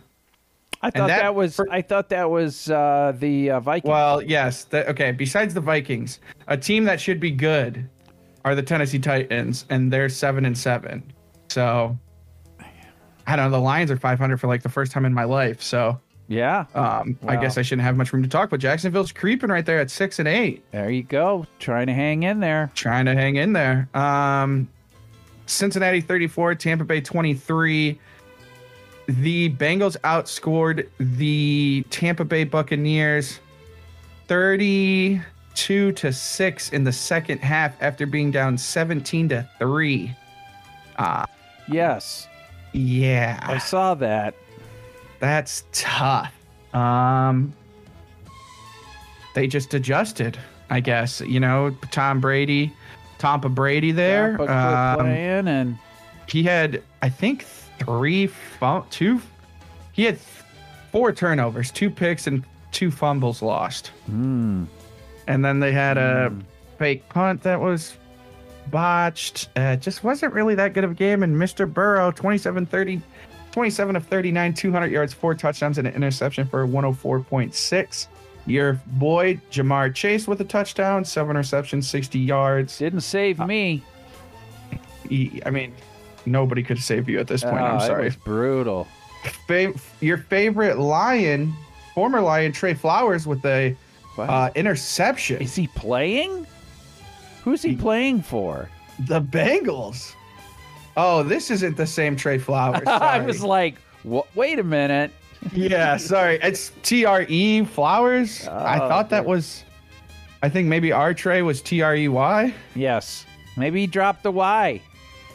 I And thought that, that was I thought that was uh, the uh, Vikings. Well, yes. The, okay. Besides the Vikings, a team that should be good are the Tennessee Titans, and they're seven and seven. So I don't know. The Lions are 500 for like the first time in my life. So yeah. Um, I Wow. guess I shouldn't have much room to talk, but Jacksonville's creeping right there at six and eight. There you go. Trying to hang in there. Trying to hang in there. Um, Cincinnati 34, Tampa Bay 23. The Bengals outscored the Tampa Bay Buccaneers 32 to 6 in the second half after being down 17 to 3. Uh, yes. Yeah. I saw that. That's tough. Um they just adjusted, I guess. You know, Tom Brady, Tampa Brady there. Tampa quit Um, playing and he had I think three fum- two he had th- four turnovers, two picks and two fumbles lost. Hmm. And then they had a fake punt that was botched. Uh, just wasn't really that good of a game. And Mr. Burrow, 27 30, 27 of 39, 200 yards, four touchdowns, and an interception for 104.6. Your boy, Jamar Chase, with a touchdown, seven receptions, 60 yards. Didn't save uh, me. I mean, nobody could save you at this point. Oh, I'm it sorry. was brutal. Fav- your favorite Lion, former Lion, Trey Flowers, with a uh, interception. Is he playing? Who's he, playing for? The Bengals. Oh, this isn't the same Trey Flowers. I sorry. was like, "Wha- wait a minute. yeah, sorry. It's T R E Flowers. I Oh, thought that was. I think maybe our Trey was T R E Y. Yes. Maybe he dropped the Y.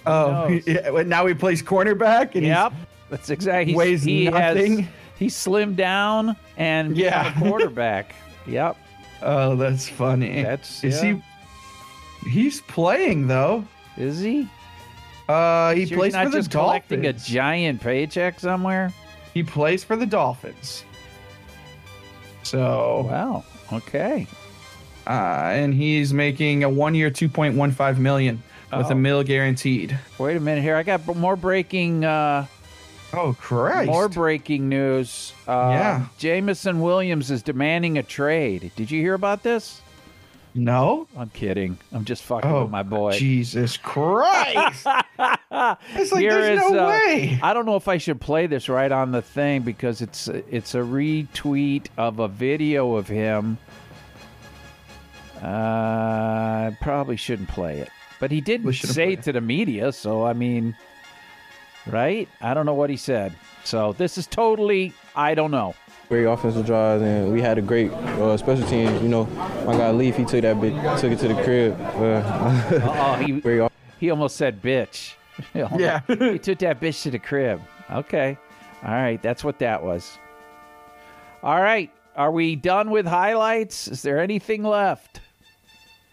Oh, knows? yeah, well, now he plays cornerback. And Yep. He's, That's exactly. Weighs he nothing. Has, he slimmed down and Yeah. became a quarterback. yep. Oh, that's funny. That's is yeah. he? He's playing though. Is he? Uh, he So you're plays not for the just collecting a Dolphins. giant paycheck somewhere. He plays for the Dolphins. So wow, okay. Uh, and he's making a one-year, two point one five million with Oh. a mil guaranteed. Wait a minute here. I got b- more breaking. Uh, oh, Christ. More breaking news. Uh, Yeah. Jamison Williams is demanding a trade. Did you hear about this? No. I'm kidding. I'm just fucking Oh, with my boy. Jesus Christ! it's like there's Here is, no uh, way. I don't know if I should play this right on the thing because it's it's a retweet of a video of him. Uh, I probably shouldn't play it, but he did say it to the media. So I mean, right? I don't know what he said. So this is totally I don't know. Great offensive drives, and we had a great uh, special team. You know, my guy Leaf, he took that bit, took it to the crib. Uh, Oh, he great off- he almost said bitch. Yeah. he took that bitch to the crib. Okay, all right, that's what that was. All right, are we done with highlights? Is there anything left?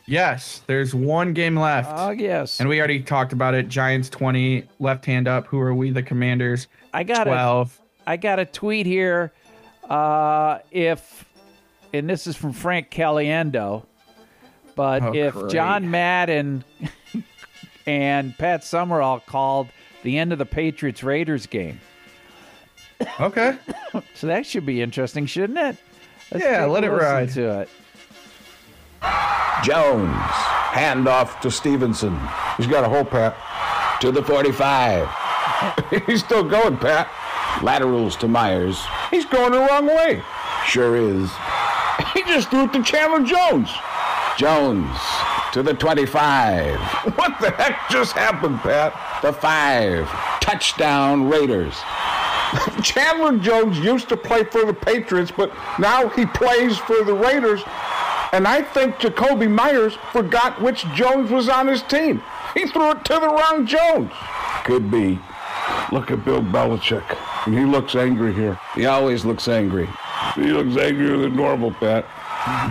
Yes, there's one game left. Oh yes. And we already talked about it. Giants twenty, left hand up. Who are we? The Commanders. I got twelve. A, I got a tweet here. Uh, if, and this is from Frank Caliendo. But Oh, if great. John Madden and Pat Summerall called the end of the Patriots Raiders game. Okay. so that should be interesting, shouldn't it? Yeah, take a let it listen ride. To it. Jones, handoff to Stevenson. He's got a hole, Pat. To the 45. He's still going, Pat. Laterals to Myers. He's going the wrong way. Sure is. He just threw it to Chandler Jones. Jones to the 25. What the heck just happened, Pat? The 5. Touchdown, Raiders. Chandler Jones used to play for the Patriots, but now he plays for the Raiders. And I think Jacoby Myers forgot which Jones was on his team. He threw it to the wrong Jones. Could be. Look at Bill Belichick. He looks angry here. He always looks angry. He looks angrier than normal, Pat.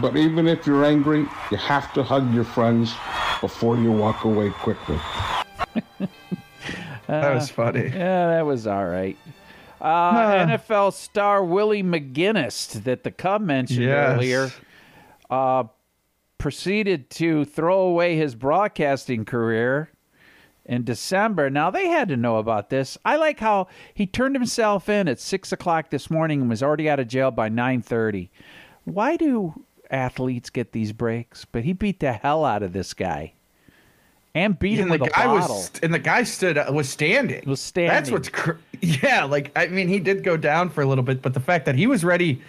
But even if you're angry, you have to hug your friends before you walk away quickly. That was funny. Yeah, that was all right. Uh, NFL star Willie McGinnis that the Cub mentioned Yes. earlier uh, proceeded to throw away his broadcasting career in December. Now they had to know about this. I like how he turned himself in at six o'clock this morning and was already out of jail by nine thirty. Why do athletes get these breaks? But he beat the hell out of this guy. And beat him and the with a guy bottle. was and the guy stood uh, was standing. Was standing. That's what's cr- yeah. Like I mean, he did go down for a little bit, but the fact that he was ready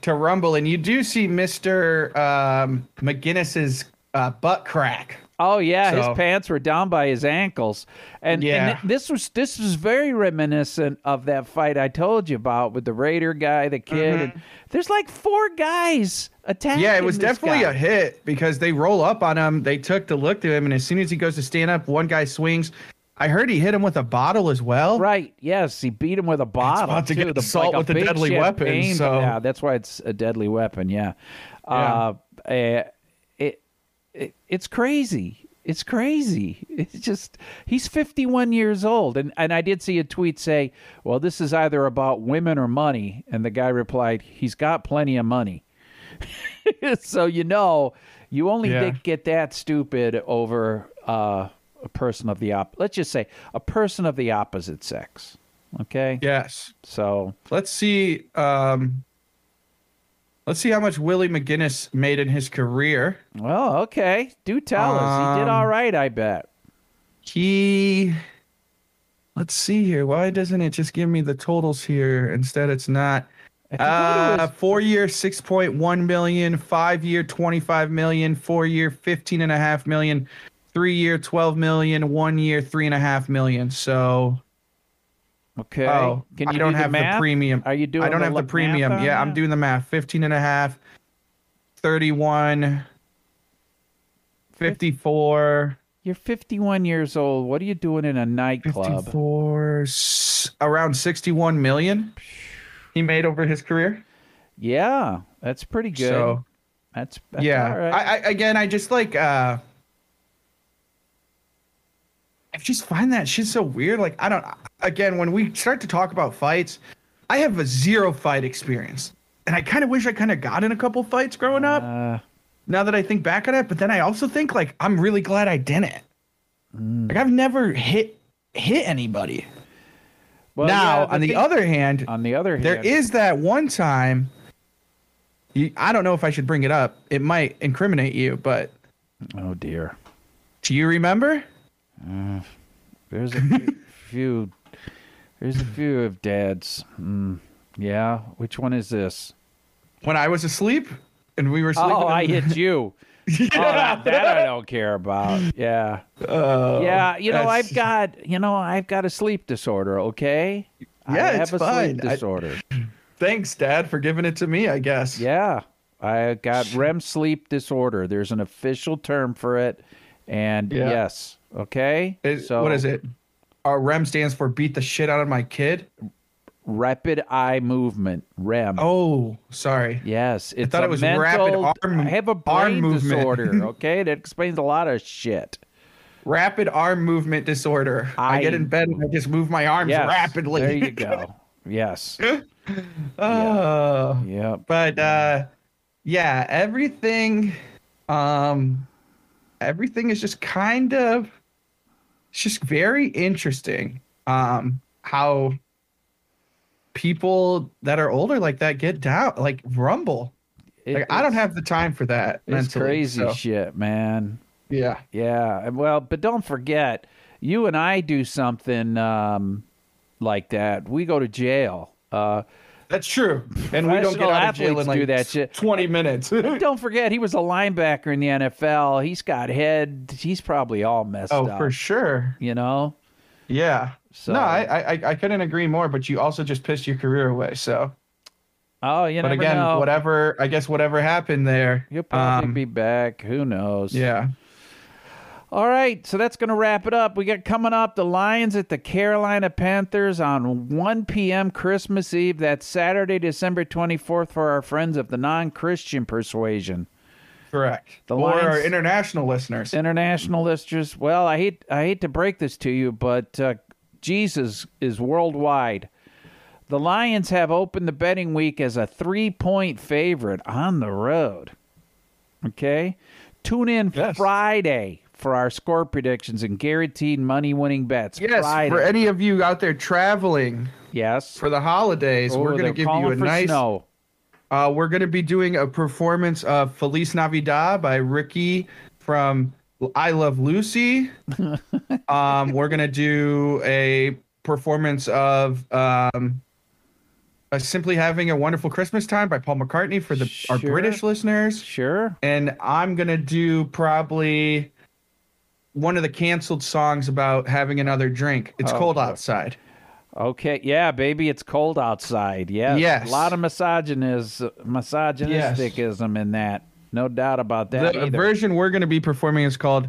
to rumble, and you do see Mister um, McGinnis's uh, butt crack. Oh yeah, So- his pants were down by his ankles, and, Yeah. and th- this was this was very reminiscent of that fight I told you about with the Raider guy, the kid. And there's like four guys attacking. Mm-hmm. Yeah, it was this definitely guy. a hit because they roll up on him. They took the look to him, and as soon as he goes to stand up, one guy swings. I heard he hit him with a bottle as well. Right. Yes, he beat him with a bottle. about to too, get the- assault like with a big deadly weapon, champagne- so- yeah, that's why it's a deadly weapon. Yeah, Uh, eh, it, it it's crazy. It's crazy. It's just he's 51 years old, and and I did see a tweet say, "Well, this is either about women or money," and the guy replied, "He's got plenty of money." so you know, you only Yeah. did get that stupid over uh, a person of the op. Let's just say a person of the opposite sex. Okay. Yes. So Let's see. Um, let's see how much Willie McGinnis made in his career. Well, okay. Do tell us. Um, He did all right, I bet. He. Let's see here. Why doesn't it just give me the totals here? Instead, it's not. Uh, four year, six point one million. Five year, twenty five million. Four year, fifteen and a half million. Three year, twelve million. One year, three and a half million. So. Okay. Oh, Can I you don't do the have math? the premium. Are you doing? I don't have the le- math premium. on Yeah, I'm that? doing the math. 15 and a half, 31, 54, You're 51 years old. What are you doing in a nightclub? 54, s- around 61 million he made over his career. Yeah, that's pretty good. So, that's, that's yeah. all right. I, I again, I just like uh I just find that shit so weird. Like I don't again when we start to talk about fights, I have a zero fight experience. And I kind of wish I kind of got in a couple fights growing up. Uh. now that I think back on it, but then I also think like I'm really glad I didn't. Mm. Like I've never hit hit anybody. Well, now, yeah, on the thing- other hand, on the other hand, there is that one time. You, I don't know if I should bring it up. It might incriminate you, but Oh dear. do you remember? Uh, there's a few, few. There's a few of Dad's. Mm, yeah. Which one is this? When I was asleep and we were sleeping. Oh, in I the- hit you. Oh, that I don't care about. Yeah. Oh, yeah, you know, that's- I've got, you know, I've got a sleep disorder, okay? Yeah, I have it's a fine. sleep I- disorder. Thanks, Dad, for giving it to me. I guess. Yeah. I got REM sleep disorder. There's an official term for it. And Yeah. yes, okay? It- what is it? Our REM stands for beat the shit out of my kid. Rapid eye movement, REM. Oh, sorry. Yes, it's thought a it was mental, rapid arm- I have a brain arm movement. disorder, okay? That explains a lot of shit. Rapid arm movement disorder. I, I- get in bed and I just move my arms Yes, rapidly. There you go. Yes. Oh. Yep. But uh yeah, everything um everything is just kind of it's just very interesting um how people that are older like that get down like rumble like i don't have the time for that It's mentally, crazy so. shit, man. Yeah. Yeah. Well, but don't forget, you and I do something um, like that. We go to jail. Uh, That's true. And we don't get out of jail in like Oh, do that shit. 20 minutes. don't forget, he was a linebacker in the NFL. He's got head. He's probably all messed oh up. for sure You know? yeah So- no I, I i- i couldn't agree more but you also just pissed your career away so Oh, you but never again know. whatever i guess whatever happened there You'll probably um, be back. Who knows? yeah All right, so that's going to wrap it up. We got coming up the Lions at the Carolina Panthers on 1 p.m. Christmas Eve. That's Saturday, December 24th for our friends of the non Christian persuasion. correct The or our Lions- international listeners International listeners, well, I hate I hate to break this to you, but uh, Jesus is worldwide. The Lions have opened the betting week as a three-point favorite on the road. Okay, tune in Friday for our score predictions and guaranteed money-winning bets. yes Friday. for any of you out there traveling yes for the holidays Oh, we're they're going to give you calling a for nice snow. Uh, we're going to be doing a performance of Feliz Navidad by Ricky from I Love Lucy. um, we're going to do a performance of um, uh, Simply Having a Wonderful Christmas Time by Paul McCartney for the our Sure. British listeners. Sure. And I'm going to do probably one of the canceled songs about having another drink. It's Oh, cold boy. outside. Okay, yeah, baby, it's cold outside. Yeah, Yes. a lot of misogynist, misogynisticism in that. No doubt about that. the either. version we're going to be performing is called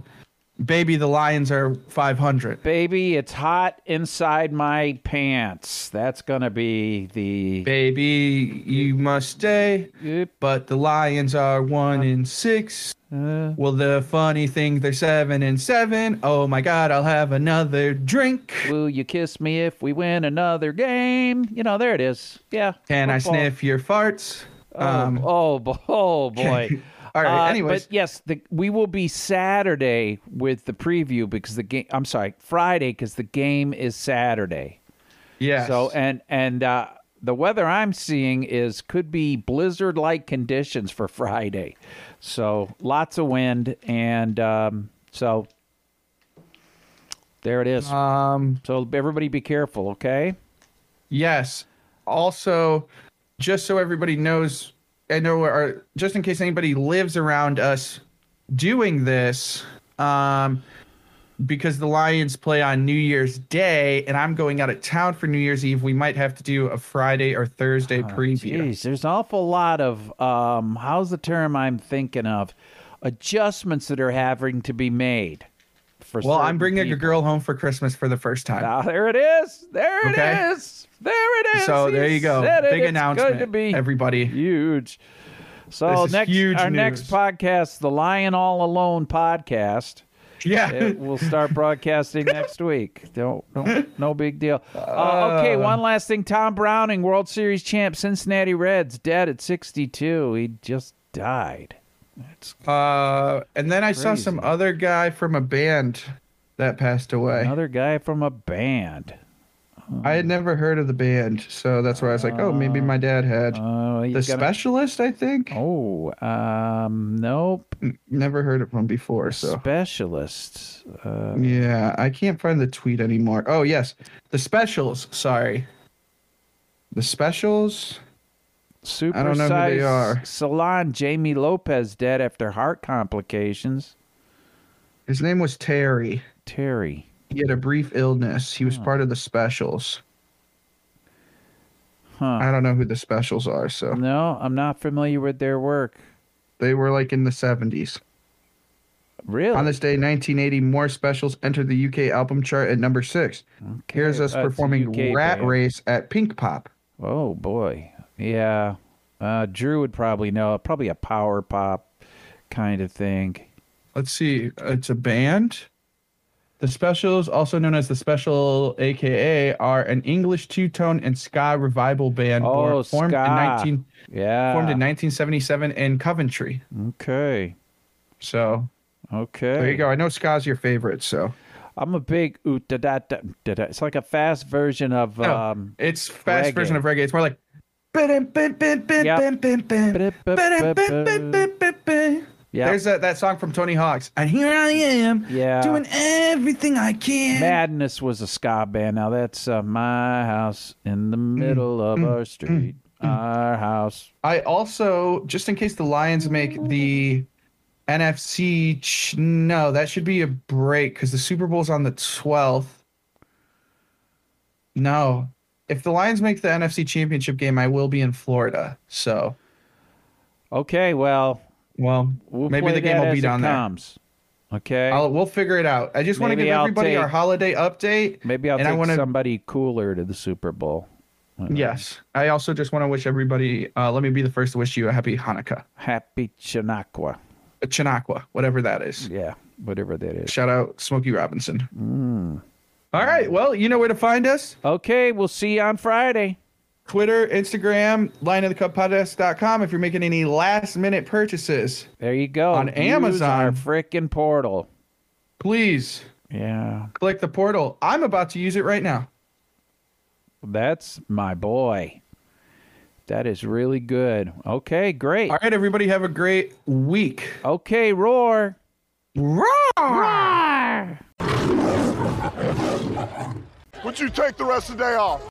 Baby the Lions Are 500. Baby, it's hot inside my pants. That's going to be the. Baby, you must stay. But the Lions are one and six. Uh. well, the funny thing, they're seven and seven. Oh my God, I'll have another drink. Will you kiss me if we win another game? You know, there it is. Yeah. Can I football. sniff your farts? Um, Oh, oh, bo- oh boy. All right, Uh, anyways. But yes, the, we will be Saturday with the preview because the game. I'm sorry, Friday because the game is Saturday. Yes. So and and uh, the weather I'm seeing is could be blizzard-like conditions for Friday. So lots of wind and um, so there it is. Um. So everybody be careful, okay? Yes. Also, just so everybody knows, I know, our, just in case anybody lives around us doing this, um, because the Lions play on New Year's Day and I'm going out of town for New Year's Eve, we might have to do a Friday or Ah, Thursday preview. Jeez, there's an awful lot of um, how's the term I'm thinking of adjustments that are having to be made. For Well, I'm certain bringing a people. girl home for Christmas for the first time. Ah, there it is. There it is. Okay. There it is. So He there you go. said it. Big It's announcement, Good to be everybody. Huge. So This is next, huge our next news. podcast, the Lion All Alone podcast. Yeah. It will start broadcasting next week. Don't, don't no big deal. Uh, okay, Uh. one last thing. Tom Browning, World Series champ, Cincinnati Reds, dead at 62. He just died. Uh, and then I saw some other guy from a band that passed away. Another guy from a band. I had never heard of the band, so that's why I was like, "Oh, maybe Uh, my dad had." the he's gonna- Specialist, I think. Oh, um, nope. Never heard of him before. So Specialists. Uh, yeah, I can't find the tweet anymore. Oh yes, the Specials. Sorry, the Specials. Super I don't know who they are. Salon Jamie Lopez dead after heart complications. His name was Terry. Terry. He had a brief illness. He was part of the Specials. Huh. I don't know who the Specials are. So No, I'm not familiar with their work. they were like in the seventies. Really? On this day, 1980, more specials entered the UK album chart at number six. Here's us that's a performing UK Rat band. Race at Pink Pop. Oh boy, yeah. Uh, Drew would probably know. Probably a power pop kind of thing. Let's see. It's a band. The Specials, also known as the Special AKA, are an English two-tone and ska revival band born- Oh, formed ska. in 19 yeah. formed in 1977 in Coventry. Okay. So, Okay. There you go. I know Scott's your favorite, so. I'm a big ooh da da da da. da. It's like a fast version of No, um. it's fast reggae. version of reggae. It's more like Yep. There's that, that song from Tony Hawk's, and here I am, Yeah. doing everything I can. Madness was a ska band. Now that's uh, my house in the Mm, middle of our street. Our house. I also, just in case the Lions make the NFC, ch- no, that should be a break because the Super Bowl's on the 12th. No. If the Lions make the NFC championship game, I will be in Florida. So, Okay, well, well, We'll maybe play the game that will as be it down there. comes. Okay. I'll, we'll figure it out. I just want to Maybe give I'll everybody our take- holiday update. Maybe I'll and I take wanna- somebody cooler to the Super Bowl. Yes. I also just want to wish everybody, uh, let me be the first to wish you a happy Hanukkah. Happy Chinakwa. Chinakwa, whatever that is. Yeah, whatever that is. Shout out Smokey Robinson. All right. Well, you know where to find us. Okay. We'll see you on Friday. Twitter, Instagram, lineofthecupodcast.com if you're making any last minute purchases. There you go. On Use our Amazon, frickin' portal. please Yeah, click the portal. I'm about to use it right now. that's my boy. That is really good. Okay, great. All right, everybody, have a great week. Okay, roar. Roar! Roar! Would you take the rest of the day off?